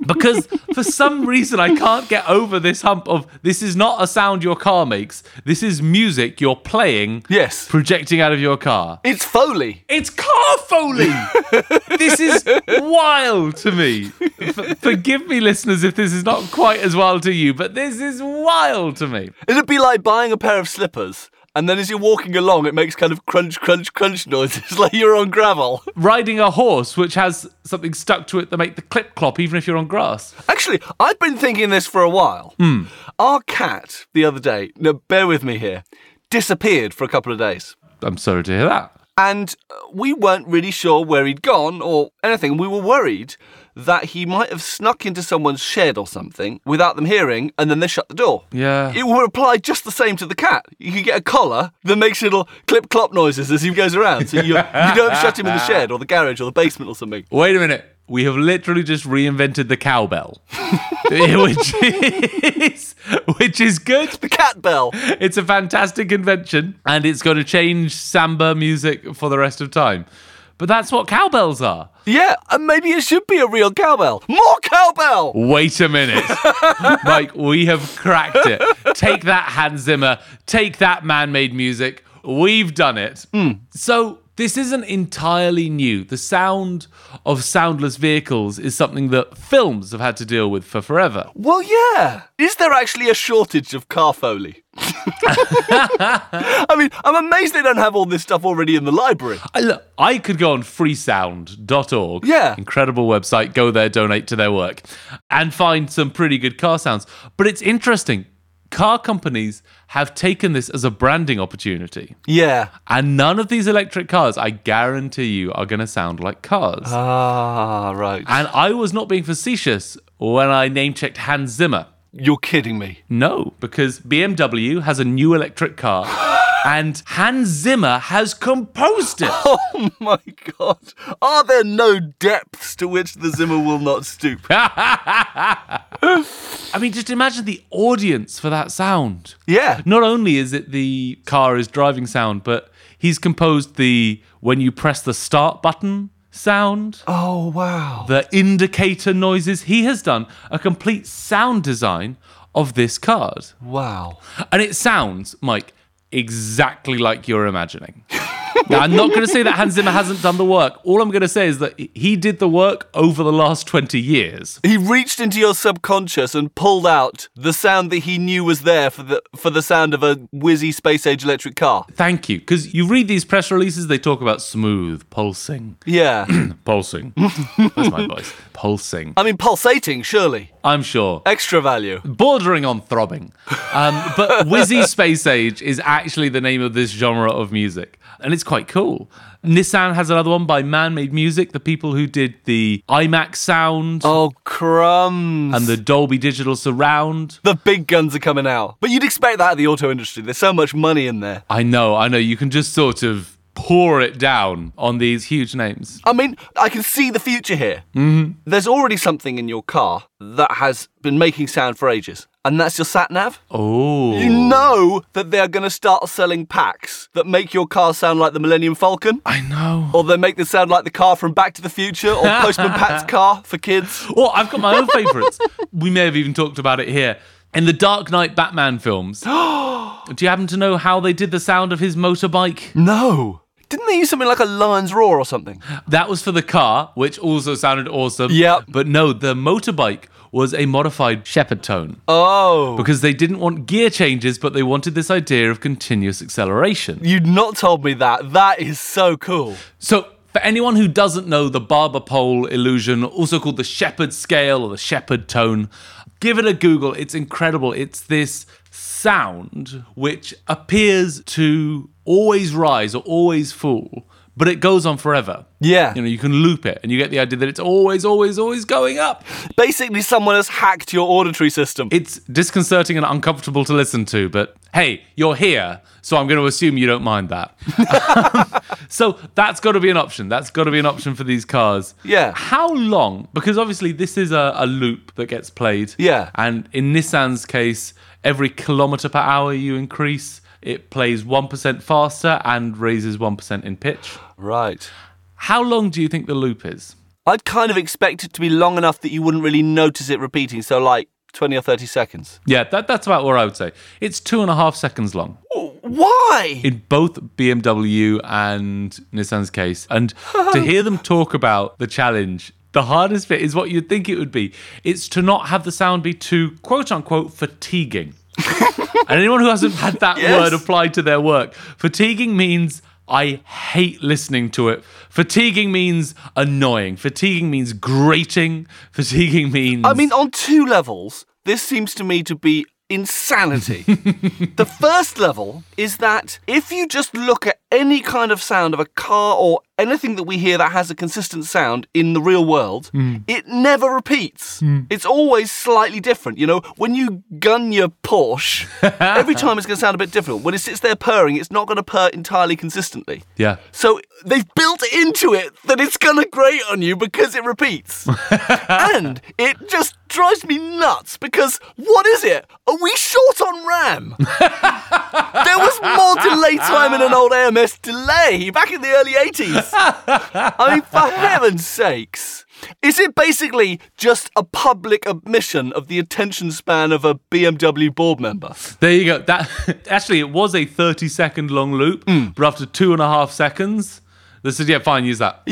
Speaker 2: Because for some reason, I can't get over this hump of this is not a sound your car makes. This is music you're playing,
Speaker 1: yes,
Speaker 2: projecting out of your car.
Speaker 1: it's Foley.
Speaker 2: It's car foley. this is wild to me. F- forgive me, listeners, if this is not quite as wild to you, but this is wild to me.
Speaker 1: It'd be like buying a pair of slippers. And then as you're walking along, it makes kind of crunch, crunch, crunch noises like you're on gravel.
Speaker 2: riding a horse which has something stuck to it that make the clip clop even if you're on grass.
Speaker 1: Actually, I've been thinking this for a while. Our cat the other day, now bear with me here, disappeared for a couple of days.
Speaker 2: I'm sorry to hear that.
Speaker 1: And uh, we weren't really sure where he'd gone or anything. We were worried that he might have snuck into someone's shed or something without them hearing, and then they shut the door.
Speaker 2: Yeah.
Speaker 1: It will apply just the same to the cat. You can get a collar that makes little clip clop noises as he goes around, so you, you don't shut him in the shed or the garage or the basement or something.
Speaker 2: Wait a minute. We have literally just reinvented the cowbell. which is which is good.
Speaker 1: The cat bell.
Speaker 2: It's a fantastic invention and it's going to change samba music for the rest of time. But that's what cowbells are.
Speaker 1: Yeah, and maybe it should be a real cowbell. More cowbell!
Speaker 2: Wait a minute. Mike, we have cracked it. Take that, Hans Zimmer. Take that, man made music. We've done it. So, this isn't entirely new. The sound of soundless vehicles is something that films have had to deal with for forever.
Speaker 1: Well, yeah. Is there actually a shortage of car foley? I mean, I'm amazed they don't have all this stuff already in the library.
Speaker 2: I, look, I could go on freesound.org.
Speaker 1: Yeah.
Speaker 2: Incredible website. Go there, donate to their work, and find some pretty good car sounds. But it's interesting. Car companies have taken this as a branding opportunity.
Speaker 1: Yeah.
Speaker 2: And none of these electric cars, I guarantee you, are going to sound like cars.
Speaker 1: Uh. Ah, right.
Speaker 2: and I was not being facetious when I name checked Hans Zimmer.
Speaker 1: You're kidding me.
Speaker 2: No, because BMW has a new electric car and Hans Zimmer has composed it.
Speaker 1: Oh my god. Are there no depths to which the Zimmer will not stoop?
Speaker 2: I mean, just imagine the audience for that sound.
Speaker 1: Yeah.
Speaker 2: Not only is it the car is driving sound, but he's composed the when you press the start button sound.
Speaker 1: Oh, wow.
Speaker 2: the indicator noises. He has done a complete sound design of this card.
Speaker 1: Wow.
Speaker 2: And it sounds, Mike, exactly like you're imagining. now, I'm not going to say that Hans Zimmer hasn't done the work. All I'm going to say is that he did the work over the last 20 years.
Speaker 1: He reached into your subconscious and pulled out the sound that he knew was there for the for the sound of a whizzy space age electric car.
Speaker 2: Thank you. Because you read these press releases, they talk about smooth, pulsing.
Speaker 1: Yeah.
Speaker 2: Pulsing. That's my voice. Pulsing.
Speaker 1: I mean pulsating, surely.
Speaker 2: I'm sure.
Speaker 1: Extra value.
Speaker 2: bordering on throbbing. Um, but Wizzy Space Age is actually the name of this genre of music. And it's quite cool. Nissan has another one by Man Made Music, the people who did the IMAX sound
Speaker 1: Oh, crumbs.
Speaker 2: and the Dolby Digital Surround.
Speaker 1: the big guns are coming out. But you'd expect that at the auto industry. There's so much money in there.
Speaker 2: I know, I know. You can just sort of pour it down on these huge names.
Speaker 1: I mean, I can see the future here. Mm-hmm. There's already something in your car that has been making sound for ages, and that's your sat nav.
Speaker 2: Oh.
Speaker 1: You know that they are going to start selling packs that make your car sound like the Millennium Falcon,
Speaker 2: I know.
Speaker 1: or they make it sound like the car from Back to the Future, or Postman Pat's car for kids.
Speaker 2: Or I've got my own favourites. we may have even talked about it here. In the Dark Knight Batman films, do you happen to know how they did the sound of his motorbike?
Speaker 1: No. Didn't they use something like a lion's roar or something?
Speaker 2: That was for the car, which also sounded awesome.
Speaker 1: Yep.
Speaker 2: But no, the motorbike was a modified shepherd tone
Speaker 1: Oh.
Speaker 2: because they didn't want gear changes, but they wanted this idea of continuous acceleration.
Speaker 1: You'd not told me that. That is so cool.
Speaker 2: So, for anyone who doesn't know the barber pole illusion, also called the shepherd scale or the shepherd tone, give it a Google. It's incredible. It's this sound which appears to always rise or always fall, but it goes on forever.
Speaker 1: Yeah.
Speaker 2: You know, you can loop it and you get the idea that it's always, always, always going up.
Speaker 1: Basically, someone has hacked your auditory system.
Speaker 2: It's disconcerting and uncomfortable to listen to, but hey, you're here, so I'm going to assume you don't mind that. so that's got to be an option. That's got to be an option for these cars.
Speaker 1: Yeah.
Speaker 2: How long? Because obviously, this is a, a loop that gets played.
Speaker 1: Yeah.
Speaker 2: And in Nissan's case, every kilometer per hour you increase, it plays 1% faster and raises 1% in pitch.
Speaker 1: Right.
Speaker 2: How long do you think the loop is?
Speaker 1: I'd kind of expect it to be long enough that you wouldn't really notice it repeating, so like 20 or 30 seconds.
Speaker 2: Yeah, that, that's about where I would say. It's two and a half seconds long.
Speaker 1: Why?
Speaker 2: in both BMW and Nissan's case. And to hear them talk about the challenge, the hardest bit is what you'd think it would be. It's to not have the sound be too quote unquote fatiguing. and anyone who hasn't had that
Speaker 1: Yes.
Speaker 2: word applied to their work, fatiguing means I hate listening to it. Fatiguing means annoying. Fatiguing means grating. Fatiguing means
Speaker 1: I mean, on two levels, this seems to me to be insanity. the first level is that if you just look at any kind of sound of a car or anything that we hear that has a consistent sound in the real world, it never repeats. It's always slightly different. You know, when you gun your Porsche, every time it's going to sound a bit different. When it sits there purring, it's not going to purr entirely consistently.
Speaker 2: yeah.
Speaker 1: So they've built into it that it's gonna grate on you because it repeats. and it just drives me nuts because what is it? Are we short on RAM? there was more delay time in an old AMS delay back in the early 80s. I mean, for heaven's sakes. Is it basically just a public admission of the attention span of a BMW board member?
Speaker 2: There you go. That actually, it was a thirty-second long loop, but after two and a half seconds, they said, "Yeah, fine, use that."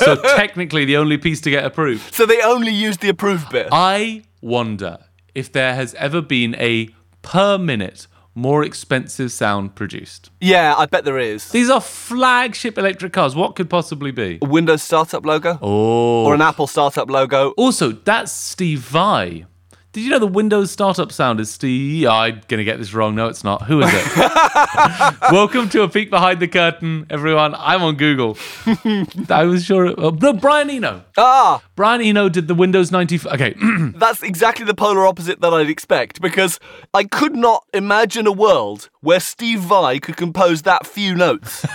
Speaker 2: so technically, the only piece to get approved.
Speaker 1: So they only used the approved
Speaker 2: Uh,
Speaker 1: bit.
Speaker 2: I wonder if there has ever been a per minute more expensive sound produced.
Speaker 1: yeah, I bet there is.
Speaker 2: These are flagship electric cars. What could possibly be?
Speaker 1: A Windows startup logo?
Speaker 2: Oh.
Speaker 1: or an Apple startup logo.
Speaker 2: Also, that's Steve Vai. Did you know the Windows startup sound is Steve? I'm going to get this wrong. No, it's not. Who is it? Welcome to A Peek Behind the Curtain, everyone. I'm on Google. I was sure. It, oh, no, Brian Eno.
Speaker 1: Ah,
Speaker 2: Brian Eno did the Windows 90. Okay.
Speaker 1: that's exactly the polar opposite that I'd expect because I could not imagine a world where Steve Vai could compose that few notes.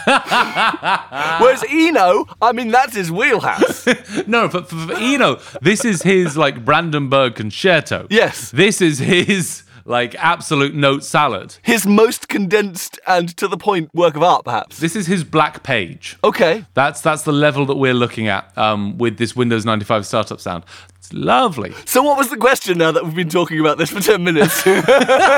Speaker 1: Whereas Eno, I mean, that's his wheelhouse.
Speaker 2: no, but for, for Eno, this is his like Brandenburg concerto.
Speaker 1: Yes.
Speaker 2: This is his like absolute note salad.
Speaker 1: his most condensed and to the point work of art, perhaps.
Speaker 2: This is his black page.
Speaker 1: Okay.
Speaker 2: That's that's the level that we're looking at um, with this Windows 95 startup sound. It's lovely.
Speaker 1: So, what was the question now that we've been talking about this for 10 minutes?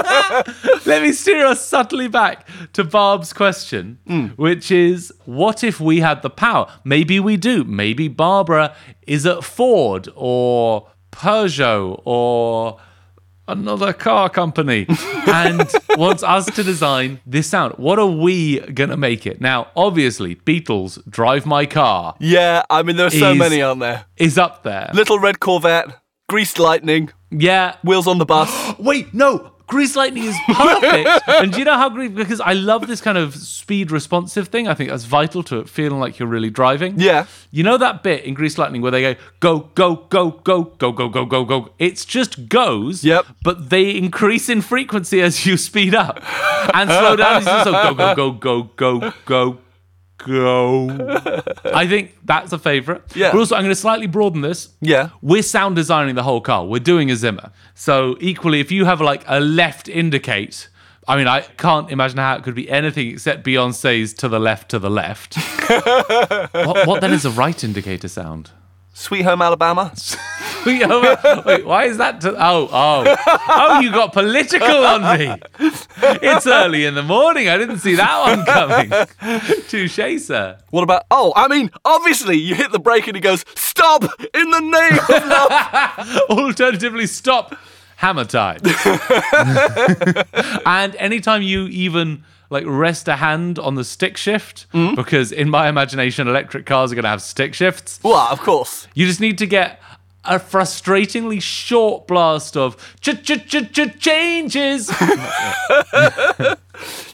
Speaker 2: Let me steer us subtly back to Barb's question, which is what if we had the power? Maybe we do. Maybe Barbara is at Ford or Peugeot or another car company and wants us to design this sound. What are we going to make it? Now, obviously, Beatles Drive My Car
Speaker 1: yeah, I mean, there are so
Speaker 2: Is-
Speaker 1: many, aren't there?
Speaker 2: is up there.
Speaker 1: Little Red Corvette, Greased Lightning,
Speaker 2: Yeah,
Speaker 1: Wheels on the Bus.
Speaker 2: Wait, no. Grease Lightning is perfect. and do you know how great? Because I love this kind of speed responsive thing. I think that's vital to it feeling like you're really driving.
Speaker 1: Yeah.
Speaker 2: You know that bit in Grease Lightning where they go, go, go, go, go, go, go, go, go, go. It's just goes,
Speaker 1: Yep.
Speaker 2: but they increase in frequency as you speed up and slow down as you so go, go, go, go, go, go. Go. I think that's a favorite.
Speaker 1: Yeah.
Speaker 2: But also, I'm going to slightly broaden this
Speaker 1: Yeah.
Speaker 2: we're sound designing the whole car. We're doing a Zimmer. So equally, if you have like a left indicate, I mean, I can't imagine how it could be anything except Beyonce's to the left, to the left. what, what then is a right indicator sound?
Speaker 1: Sweet Home Alabama.
Speaker 2: Wait, why is that? To, oh, oh, oh! You got political on me. It's early in the morning. I didn't see that one coming. Touche, sir.
Speaker 1: What about? Oh, I mean, obviously, you hit the brake and he goes, "Stop!" in the name of love.
Speaker 2: Alternatively, stop hammer time. and anytime you even like rest a hand on the stick shift, because in my imagination, electric cars are going to have stick shifts.
Speaker 1: well, of course.
Speaker 2: You just need to get a frustratingly short blast of ch ch ch ch changes.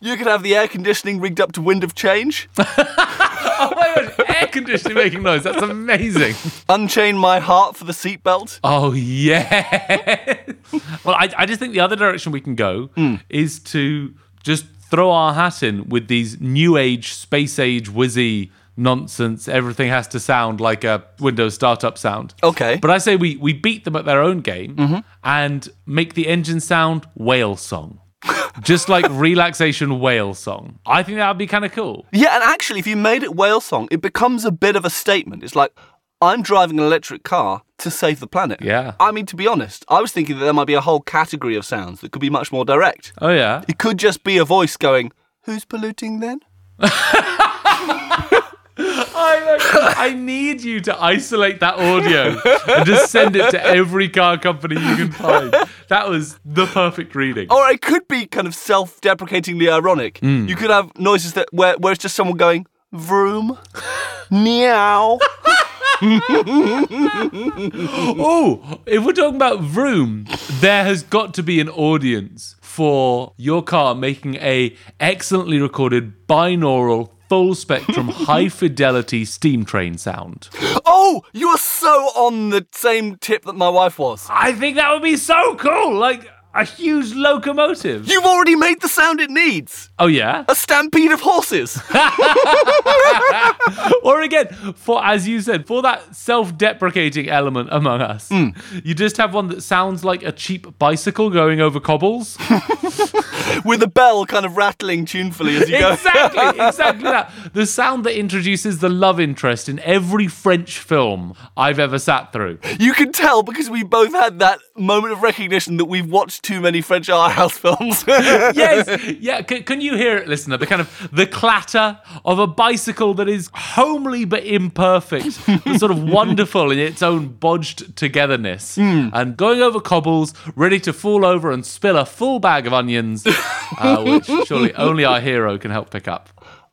Speaker 1: You could have the air conditioning rigged up to wind of change.
Speaker 2: oh my gosh, air conditioning making noise. That's amazing.
Speaker 1: Unchain my heart for the seatbelt.
Speaker 2: Oh yeah. well, I, I just think the other direction we can go is to just throw our hat in with these new age, space age, whizzy nonsense. Everything has to sound like a Windows startup sound.
Speaker 1: Okay.
Speaker 2: Oh, But I say we we beat them at their own game and make the engine sound whale song. just like relaxation whale song. I think that would be kind of cool.
Speaker 1: Yeah, and actually, if you made it whale song, it becomes a bit of a statement. It's like, I'm driving an electric car to save the planet.
Speaker 2: Yeah.
Speaker 1: I mean, to be honest, I was thinking that there might be a whole category of sounds that could be much more direct.
Speaker 2: Oh yeah.
Speaker 1: It could just be a voice going, Who's polluting then?
Speaker 2: I, like- I need you to isolate that audio and just send it to every car company you can find. That was the perfect reading.
Speaker 1: Or it could be kind of self deprecatingly ironic. You could have noises that where, where it's just someone going, Vroom, meow.
Speaker 2: Oh, if we're talking about Vroom, there has got to be an audience for your car making a excellently recorded binaural full spectrum high fidelity steam train sound.
Speaker 1: Oh, you are so on the same tip that my wife was.
Speaker 2: I think that would be so cool, like a huge locomotive.
Speaker 1: You've already made the sound it needs
Speaker 2: Oh yeah.
Speaker 1: a stampede of horses.
Speaker 2: or again, for as you said, for that self-deprecating element among us, you just have one that sounds like a cheap bicycle going over cobbles.
Speaker 1: with a bell kind of rattling tunefully as you go.
Speaker 2: exactly, exactly that. The sound that introduces the love interest in every French film I've ever sat through.
Speaker 1: You can tell because we both had that moment of recognition that we've watched too many French art house films.
Speaker 2: yes, yeah. C- can you hear it, listener? The kind of the clatter of a bicycle that is homely but imperfect, but sort of wonderful in its own bodged togetherness, and going over cobbles, ready to fall over and spill a full bag of onions, uh, which surely only our hero can help pick up.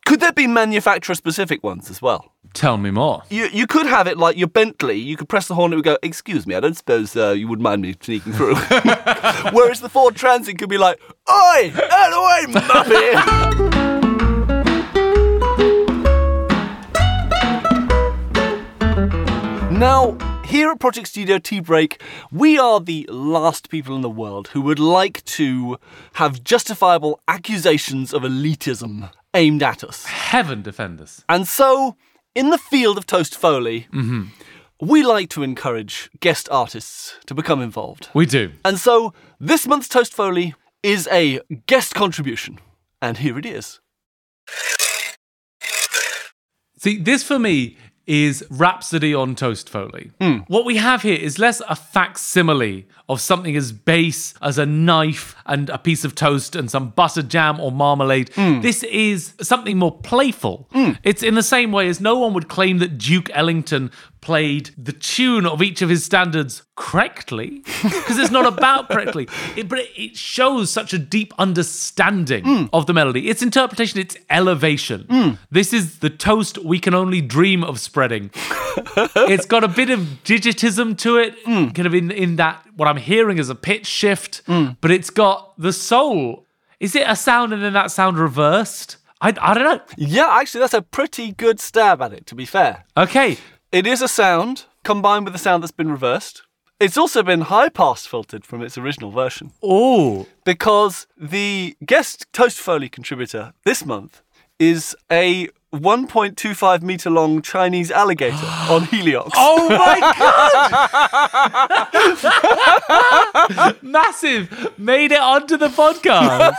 Speaker 1: could there be manufacturer specific ones as well?
Speaker 2: Tell me more.
Speaker 1: You, you could have it like your Bentley. You could press the horn and it would go, Excuse me, I don't suppose uh, you would mind me sneaking through. Whereas the Ford Transit could be like, Oi, out of the way, Muppet! Now, here at Project Studio Tea Break, we are the last people in the world who would like to have justifiable accusations of elitism aimed at us.
Speaker 2: Heaven defend us.
Speaker 1: And so, in the field of Toast Foley, we like to encourage guest artists to become involved.
Speaker 2: We do.
Speaker 1: And so, this month's Toast Foley is a guest contribution. And here it is.
Speaker 2: See, this for me is Rhapsody on Toast Foley. What we have here is less a facsimile of something as base as a knife and a piece of toast and some butter jam or marmalade. This is something more playful. It's in the same way as no one would claim that Duke Ellington played the tune of each of his standards correctly because it's not about correctly it, but it- it shows such a deep understanding of the melody its interpretation its elevation this is the toast we can only dream of spreading. it's got a bit of digitism to it, kind of in, in that what I'm hearing is a pitch shift, but it's got the soul. Is it a sound and then that sound reversed? I, I don't know.
Speaker 1: Yeah, actually, that's a pretty good stab at it, to be fair.
Speaker 2: Okay.
Speaker 1: It is a sound combined with a sound that's been reversed. It's also been high pass filtered from its original version
Speaker 2: Oh,
Speaker 1: because the guest Toast Foley contributor this month is a 1.25 meter long Chinese alligator on Heliox.
Speaker 2: Oh my god! Massive made it onto the podcast.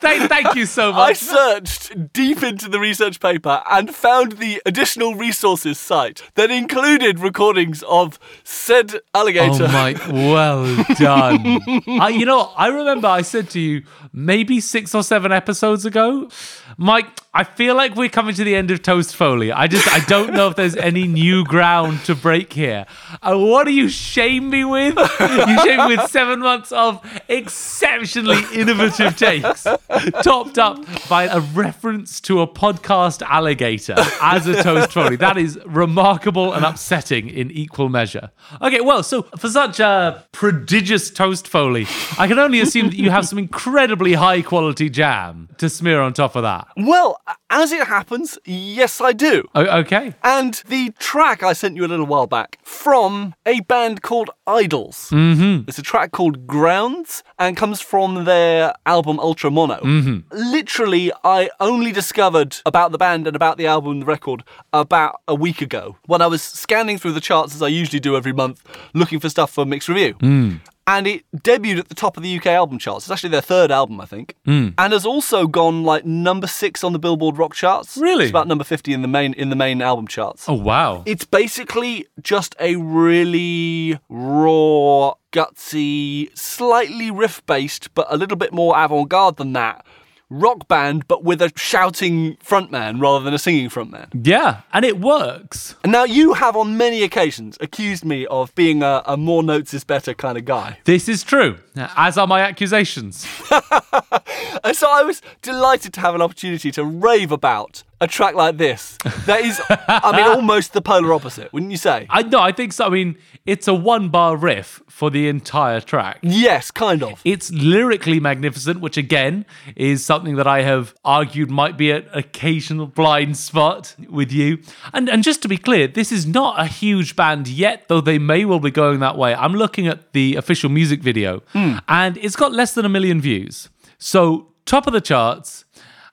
Speaker 2: thank, thank you so
Speaker 1: I
Speaker 2: much.
Speaker 1: searched deep into the research paper and found the additional resources site that included recordings of said alligator.
Speaker 2: Oh my! Well done. I, you know, I remember I said to you maybe six or seven episodes ago, Mike. I feel like we're coming to the end of Toast Foley. I just I don't know if there's any new ground to break here. And what do you shame me with? You shame me with seven months of exceptionally innovative takes, topped up by a reference to a podcast alligator as a toast trolley. That is remarkable and upsetting in equal measure. Okay, well, so for such a prodigious toast foley, I can only assume that you have some incredibly high quality jam to smear on top of that.
Speaker 1: Well, as it happens, yes, I do.
Speaker 2: O- okay.
Speaker 1: And the track I sent you a little while back from a band called Idols. Mm-hmm. It's a track called Grounds and comes from their album Ultra Mono. Literally, I only discovered about the band and about the album and the record about a week ago when I was scanning through the charts as I usually do every month looking for stuff for Mixed Review. And it debuted at the top of the UK album charts. It's actually their third album, I think. And has also gone like number six on the Billboard rock charts.
Speaker 2: Really?
Speaker 1: It's about number 50 in the main in the main album charts.
Speaker 2: Oh, wow.
Speaker 1: It's basically just a really raw, gutsy, slightly riff-based but a little bit more avant-garde than that. Rock band but with a shouting frontman rather than a singing frontman.
Speaker 2: Yeah, and it works.
Speaker 1: And now you have on many occasions accused me of being a, a more notes is better kind of guy.
Speaker 2: This is true, as are my accusations.
Speaker 1: And so I was delighted to have an opportunity to rave about a track like this. That is, I mean, almost the polar opposite, wouldn't you say?
Speaker 2: I no, I think so. I mean, it's a one bar riff for the entire track.
Speaker 1: Yes, kind of.
Speaker 2: It's lyrically magnificent, which again is something that I have argued might be an occasional blind spot with you. And and just to be clear, this is not a huge band yet, though they may well be going that way. I'm looking at the official music video, and it's got less than a million views. So top of the charts,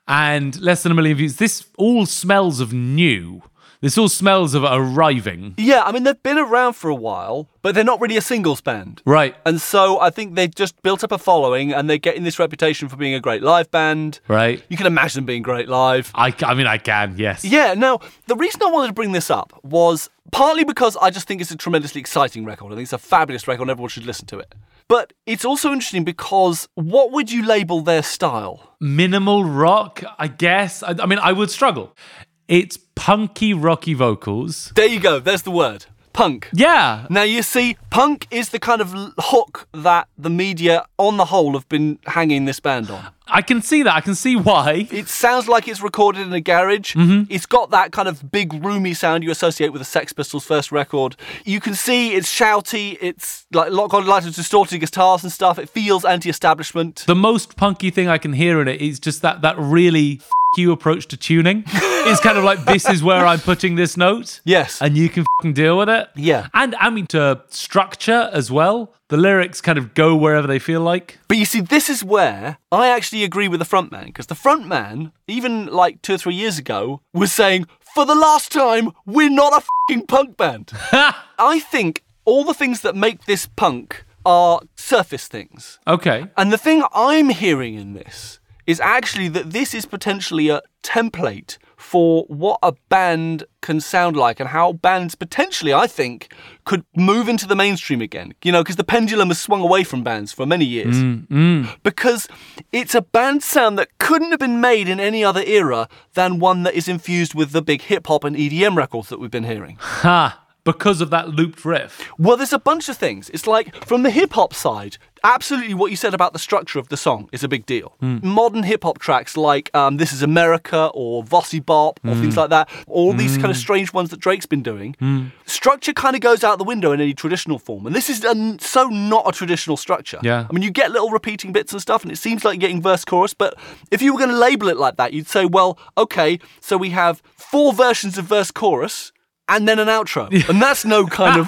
Speaker 2: and less than a million views. This all smells of new. This all smells of arriving.
Speaker 1: Yeah, I mean, they've been around for a while, but they're not really a singles band.
Speaker 2: Right.
Speaker 1: And so I think they've just built up a following and they're getting this reputation for being a great live band.
Speaker 2: Right.
Speaker 1: You can imagine them being great live.
Speaker 2: I, I mean, I can, yes.
Speaker 1: Yeah, now, the reason I wanted to bring this up was partly because I just think it's a tremendously exciting record. I think it's a fabulous record and everyone should listen to it. But it's also interesting because what would you label their style?
Speaker 2: Minimal rock, I guess. I, I mean, I would struggle. It's punky, rocky vocals.
Speaker 1: There you go, there's the word punk.
Speaker 2: Yeah.
Speaker 1: Now, you see, punk is the kind of l- hook that the media on the whole have been hanging this band on.
Speaker 2: I can see that. I can see why.
Speaker 1: It sounds like it's recorded in a garage. It's got that kind of big, roomy sound you associate with the Sex Pistols' first record. You can see it's shouty. It's like lot got a lot of distorted guitars and stuff. It feels anti-establishment.
Speaker 2: The most punky thing I can hear in it is just that that really f- you approach to tuning. it's kind of like this is where I'm putting this note.
Speaker 1: yes.
Speaker 2: And you can fing deal with it.
Speaker 1: Yeah.
Speaker 2: And I mean to structure as well. The lyrics kind of go wherever they feel like.
Speaker 1: But you see, this is where I actually agree with the frontman because the frontman, even like two or three years ago, was saying, "For the last time, we're not a fucking punk band." I think all the things that make this punk are surface things.
Speaker 2: Okay.
Speaker 1: And the thing I'm hearing in this is actually that this is potentially a template for what a band can sound like and how bands potentially, I think, could move into the mainstream again. You know, because the pendulum has swung away from bands for many years. Because it's a band sound that couldn't have been made in any other era than one that is infused with the big hip hop and EDM records that we've been hearing.
Speaker 2: Ha. Because of that looped riff.
Speaker 1: Well, there's a bunch of things. It's like from the hip hop side, absolutely what you said about the structure of the song is a big deal. Modern hip hop tracks like um, This Is America or Vossi Bop or things like that, all these kind of strange ones that Drake's been doing, structure kind of goes out the window in any traditional form. And this is an, so not a traditional structure.
Speaker 2: Yeah.
Speaker 1: I mean, you get little repeating bits and stuff, and it seems like you're getting verse chorus, but if you were going to label it like that, you'd say, well, okay, so we have four versions of verse chorus. And then an outro, and that's no kind of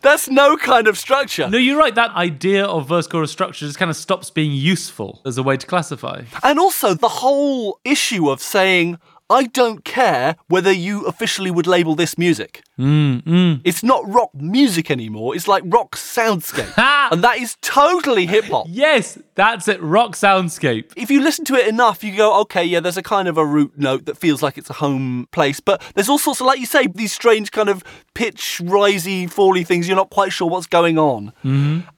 Speaker 1: that's no kind of structure.
Speaker 2: No, you're right. That idea of verse chorus structure just kind of stops being useful as a way to classify.
Speaker 1: And also the whole issue of saying, I don't care whether you officially would label this music. It's not rock music anymore, it's like rock soundscape. and that is totally hip hop.
Speaker 2: Yes, that's it. Rock soundscape.
Speaker 1: If you listen to it enough, you go, okay, yeah, there's a kind of a root note that feels like it's a home place. But there's all sorts of, like you say, these strange kind of pitch, risey, fally things. You're not quite sure what's going on.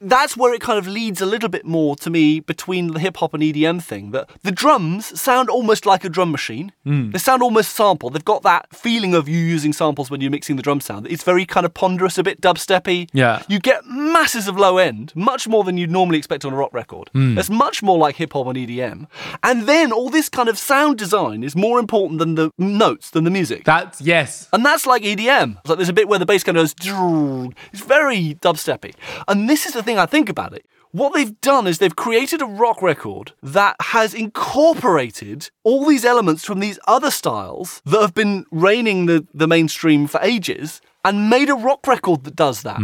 Speaker 1: That's where it kind of leads a little bit more to me between the hip hop and EDM thing. That the drums sound almost like a drum machine. They sound almost sampled. They've got that feeling of you using samples when you're mixing the drum sound. It's very kind of ponderous, a bit dubsteppy.
Speaker 2: Yeah.
Speaker 1: You get masses of low end, much more than you'd normally expect on a rock record. That's much more like hip hop and EDM. And then all this kind of sound design is more important than the notes, than the music.
Speaker 2: That's yes.
Speaker 1: and that's like EDM. It's like there's a bit where the bass kind of goes, "Drool." it's very dubsteppy. And this is the thing I think about it. What they've done is they've created a rock record that has incorporated all these elements from these other styles that have been reigning the, the mainstream for ages and made a rock record that does that.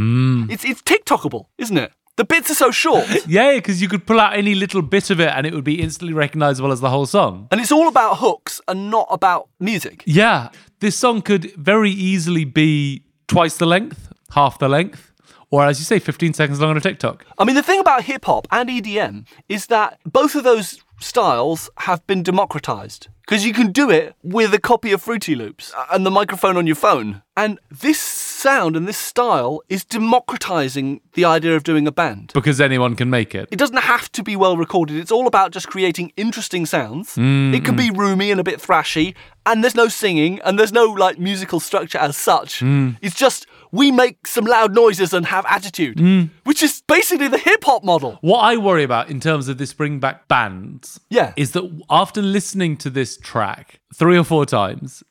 Speaker 1: It's, it's TikTokable, isn't it? The bits are so short.
Speaker 2: Yeah, because you could pull out any little bit of it and it would be instantly recognizable as the whole song.
Speaker 1: and it's all about hooks and not about music.
Speaker 2: Yeah, this song could very easily be twice the length, half the length, or as you say, 15 seconds long on a TikTok.
Speaker 1: I mean, the thing about hip hop and EDM is that both of those styles have been democratized because you can do it with a copy of Fruity Loops and the microphone on your phone. And this sound and this style is democratizing the idea of doing a band.
Speaker 2: Because anyone can make it.
Speaker 1: It doesn't have to be well recorded. It's all about just creating interesting sounds. It can be roomy and a bit thrashy, and there's no singing and there's no like musical structure as such. It's just we make some loud noises and have attitude, which is basically the hip hop model.
Speaker 2: What I worry about in terms of this bring back bands
Speaker 1: Yeah.
Speaker 2: is that after listening to this track three or four times,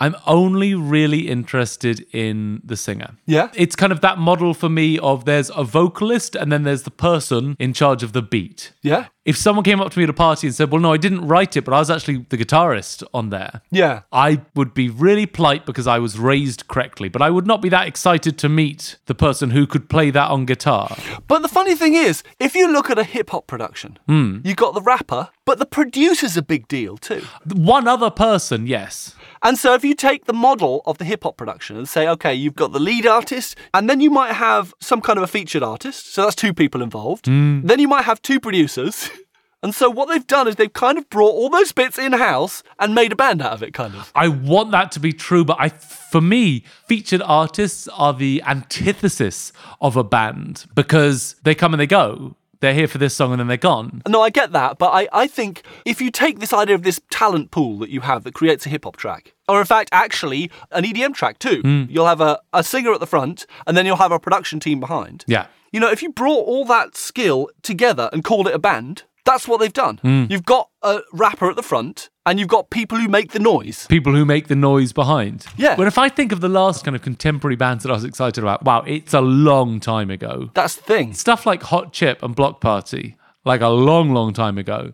Speaker 2: I'm only really interested in the singer.
Speaker 1: Yeah.
Speaker 2: It's kind of that model for me of there's a vocalist and then there's the person in charge of the beat.
Speaker 1: yeah.
Speaker 2: If someone came up to me at a party and said, Well, no, I didn't write it, but I was actually the guitarist on there.
Speaker 1: Yeah.
Speaker 2: I would be really polite because I was raised correctly, but I would not be that excited to meet the person who could play that on guitar.
Speaker 1: But the funny thing is, if you look at a hip hop production, you got the rapper, but the producer's a big deal too.
Speaker 2: One other person, yes.
Speaker 1: And so if you take the model of the hip hop production and say, okay, you've got the lead artist, and then you might have some kind of a featured artist. So that's two people involved. Then you might have two producers. And so what they've done is they've kind of brought all those bits in house and made a band out of it, kind of.
Speaker 2: I want that to be true, but I, for me, featured artists are the antithesis of a band because they come and they go. They're here for this song and then they're gone.
Speaker 1: No, I get that, but I, I think if you take this idea of this talent pool that you have that creates a hip hop track, or in fact, actually, an EDM track too, you'll have a, a singer at the front and then you'll have a production team behind.
Speaker 2: Yeah.
Speaker 1: You know, if you brought all that skill together and called it a band, that's what they've done. You've got a rapper at the front and you've got people who make the noise.
Speaker 2: People who make the noise behind.
Speaker 1: Yeah.
Speaker 2: But if I think of the last kind of contemporary bands that I was excited about, wow, it's a long time ago.
Speaker 1: That's the thing.
Speaker 2: stuff like Hot Chip and Block Party, like a long, long time ago.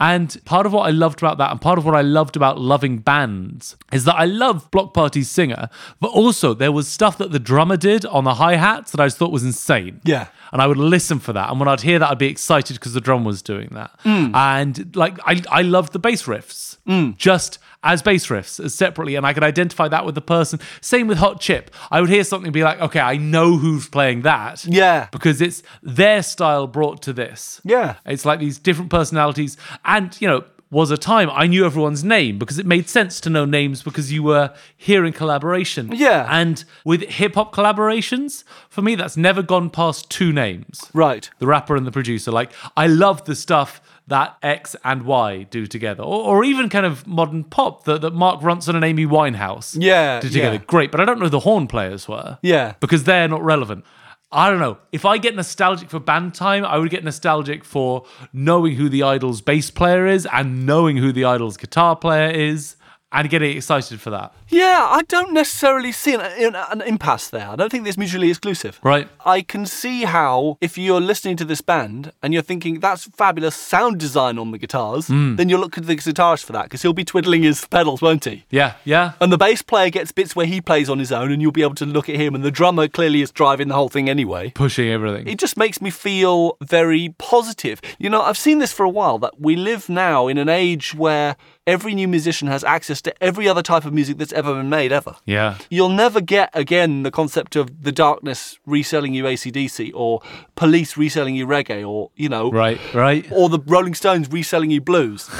Speaker 2: And part of what I loved about that, and part of what I loved about loving bands, is that I love Block Party's singer, but also there was stuff that the drummer did on the hi hats that I just thought was insane.
Speaker 1: Yeah.
Speaker 2: And I would listen for that. And when I'd hear that, I'd be excited because the drum was doing that. And like, I, I loved the bass riffs just as bass riffs, as separately. And I could identify that with the person. Same with Hot Chip. I would hear something and be like, okay, I know who's playing that
Speaker 1: Yeah.
Speaker 2: because it's their style brought to this.
Speaker 1: Yeah.
Speaker 2: It's like these different personalities. And, you know, was a time I knew everyone's name because it made sense to know names because you were here in collaboration.
Speaker 1: Yeah.
Speaker 2: And with hip hop collaborations, for me, that's never gone past two names
Speaker 1: Right.
Speaker 2: the rapper and the producer. Like, I love the stuff that X and Y do together, or, or even kind of modern pop that, that Mark Ronson and Amy Winehouse
Speaker 1: Yeah,
Speaker 2: did together.
Speaker 1: yeah.
Speaker 2: Great, but I don't know who the horn players were.
Speaker 1: Yeah.
Speaker 2: Because they're not relevant. I don't know. If I get nostalgic for band time, I would get nostalgic for knowing who the Idol's bass player is and knowing who the Idol's guitar player is and getting excited for that.
Speaker 1: Yeah, I don't necessarily see an, an, an impasse there. I don't think this mutually exclusive.
Speaker 2: Right.
Speaker 1: I can see how if you're listening to this band and you're thinking that's fabulous sound design on the guitars, then you'll look to the guitarist for that because he'll be twiddling his pedals, won't he?
Speaker 2: Yeah, yeah.
Speaker 1: And the bass player gets bits where he plays on his own, and you'll be able to look at him. And the drummer clearly is driving the whole thing anyway.
Speaker 2: Pushing everything.
Speaker 1: It just makes me feel very positive. You know, I've seen this for a while that we live now in an age where every new musician has access to every other type of music that's ever been made, ever.
Speaker 2: yeah.
Speaker 1: You'll never get again the concept of the darkness reselling you ACDC or police reselling you reggae or, you know,
Speaker 2: Right, right.
Speaker 1: or the Rolling Stones reselling you blues.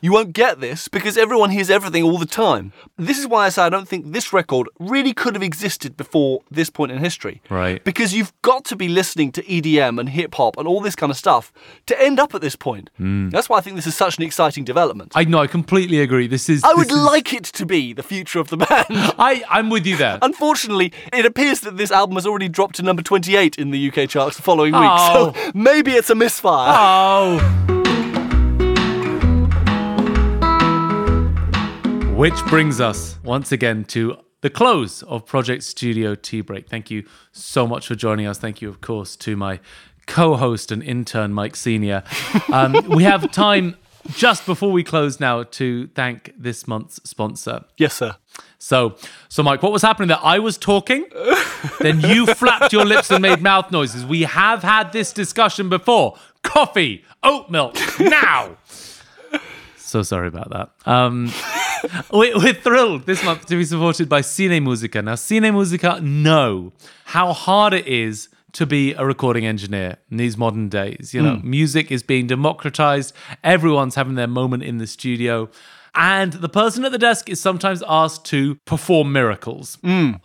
Speaker 1: you won't get this because everyone hears everything all the time. This is why I say I don't think this record really could have existed before this point in history.
Speaker 2: Right.
Speaker 1: Because you've got to be listening to EDM and hip hop and all this kind of stuff to end up at this point. That's why I think this is such an exciting development. I,
Speaker 2: Hmm. I know, I completely agree. This is
Speaker 1: would
Speaker 2: this is-
Speaker 1: like it to be the future of the band.
Speaker 2: I, I'm with you there.
Speaker 1: Unfortunately, it appears that this album has already dropped to number 28 in the UK charts the following week,
Speaker 2: Oh.
Speaker 1: so maybe it's a misfire.
Speaker 2: Oh. Which brings us once again to the close of Project Studio Tea Break. Thank you so much for joining us. Thank you, of course, to my co host and intern, Mike Sr. Um, we have time just before we close now to thank this month's sponsor.
Speaker 1: Yes, sir.
Speaker 2: So, so Mike, what was happening there? I was talking, then you flapped your lips and made mouth noises. We have had this discussion before. Coffee, oat milk, now. so sorry about that. Um, we, we're thrilled this month to be supported by Cine Musica. Now, Cine Musica know how hard it is to be a recording engineer in these modern days. You know, music is being democratized, everyone's having their moment in the studio. And the person at the desk is sometimes asked to perform miracles,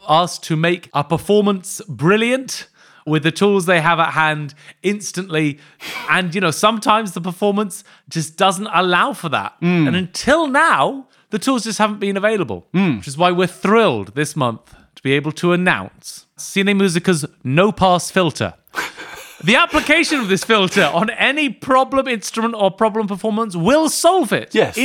Speaker 2: asked to make a performance brilliant with the tools they have at hand instantly. And, you know, sometimes the performance just doesn't allow for that. And until now, the tools just haven't been available, which is why we're thrilled this month to be able to announce Cine Musica's No Pass filter. The application of this filter on any problem instrument or problem performance will solve it
Speaker 1: Yes.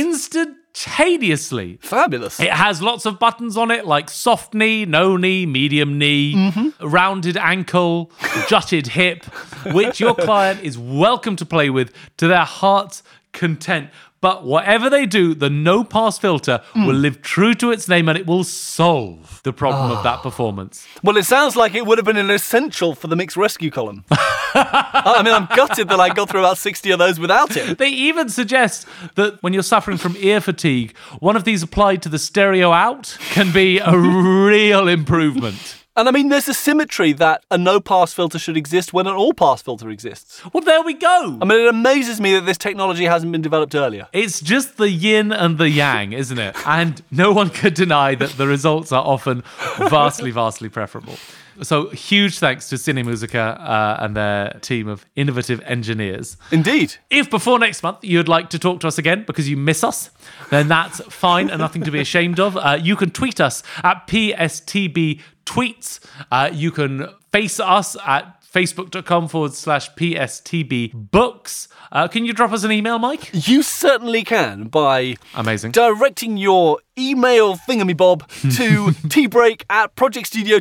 Speaker 2: instantaneously.
Speaker 1: Fabulous.
Speaker 2: It has lots of buttons on it, like soft knee, no knee, medium knee, rounded ankle, jutted hip, which your client is welcome to play with to their heart's content. But whatever they do, the no pass filter will live true to its name and it will solve the problem of that performance.
Speaker 1: Well, it sounds like it would have been an essential for the mixed rescue column. I mean, I'm gutted that I got through about 60 of those without it.
Speaker 2: They even suggest that when you're suffering from ear fatigue, one of these applied to the stereo out can be a real improvement.
Speaker 1: And I mean, there's a symmetry that a no pass filter should exist when an all pass filter exists.
Speaker 2: Well, there we go.
Speaker 1: I mean, it amazes me that this technology hasn't been developed earlier.
Speaker 2: It's just the yin and the yang, isn't it? And no one could deny that the results are often vastly, vastly preferable. So, huge thanks to Cine Musica uh, and their team of innovative engineers.
Speaker 1: Indeed.
Speaker 2: If before next month you'd like to talk to us again because you miss us, then that's fine and nothing to be ashamed of. Uh, you can tweet us at PSTB tweets. Uh, you can face us at facebook.com forward slash PSTB books. Uh, can you drop us an email, Mike?
Speaker 1: You certainly can by
Speaker 2: Amazing.
Speaker 1: directing your email thingamabob to tbreak at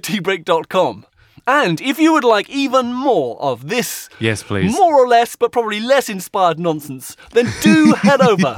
Speaker 1: projectstudiotbreak.com. And if you would like even more of this,
Speaker 2: Yes, please.
Speaker 1: more or less, but probably less inspired nonsense, then do head over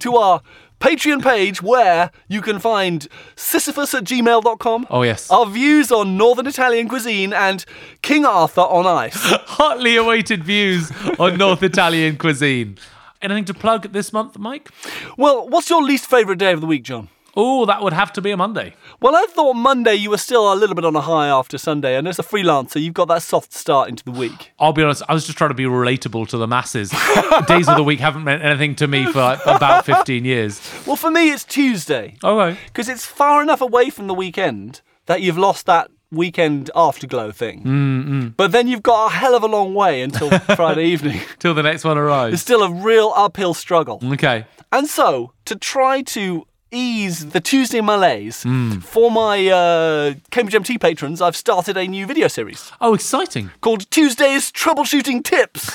Speaker 1: to our Patreon page where you can find Sisyphus at gmail.com.
Speaker 2: Oh, yes.
Speaker 1: Our views on Northern Italian cuisine and King Arthur on ice.
Speaker 2: Hotly awaited views on North Italian cuisine. Anything to plug this month, Mike?
Speaker 1: well, what's your least favourite day of the week, John?
Speaker 2: Oh, that would have to be a Monday.
Speaker 1: Well, I thought Monday you were still a little bit on a high after Sunday, and as a freelancer, you've got that soft start into the week.
Speaker 2: I'll be honest, I was just trying to be relatable to the masses. Days of the week haven't meant anything to me for like, about 15 years.
Speaker 1: Well, for me, it's Tuesday,
Speaker 2: Okay.
Speaker 1: because it's far enough away from the weekend that you've lost that weekend afterglow thing. But then you've got a hell of a long way until Friday evening.
Speaker 2: Till the next one
Speaker 1: It's
Speaker 2: arrives.
Speaker 1: still a real uphill struggle.
Speaker 2: Okay.
Speaker 1: And so, to try to ease the Tuesday malaise for my uh, Cambridge MT patrons, I've started a new video series
Speaker 2: Oh, exciting.
Speaker 1: called Tuesday's Troubleshooting Tips.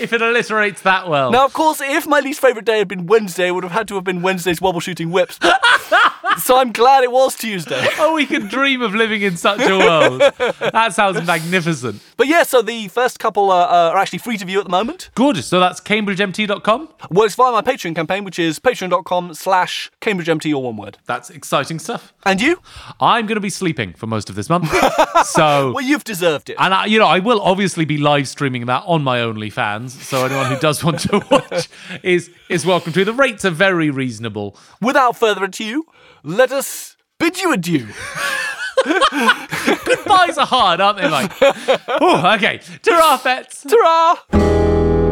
Speaker 2: If it alliterates that well.
Speaker 1: now, of course, if my least favourite day had been Wednesday, it would have had to have been Wednesday's wobble shooting whips. so I'm glad it was Tuesday.
Speaker 2: Oh, we could dream of living in such a world. that sounds magnificent.
Speaker 1: But yeah, so the first couple are, uh, are actually free to view at the moment.
Speaker 2: Gorgeous. So that's cambridgemt.com.
Speaker 1: Works via my Patreon campaign, which is patreon.com slash CambridgeMT, all one word.
Speaker 2: That's exciting stuff.
Speaker 1: And you?
Speaker 2: I'm going to be sleeping for most of this month. so,
Speaker 1: Well, you've deserved it.
Speaker 2: and I, you know, I will obviously be live streaming that on my OnlyFans. So anyone who does want to watch is is welcome to. The rates are very reasonable.
Speaker 1: Without further ado, let us bid you adieu.
Speaker 2: Buys are hard, aren't they? Like, oh, okay. Ta-ra, Fets.
Speaker 1: Ta-ra!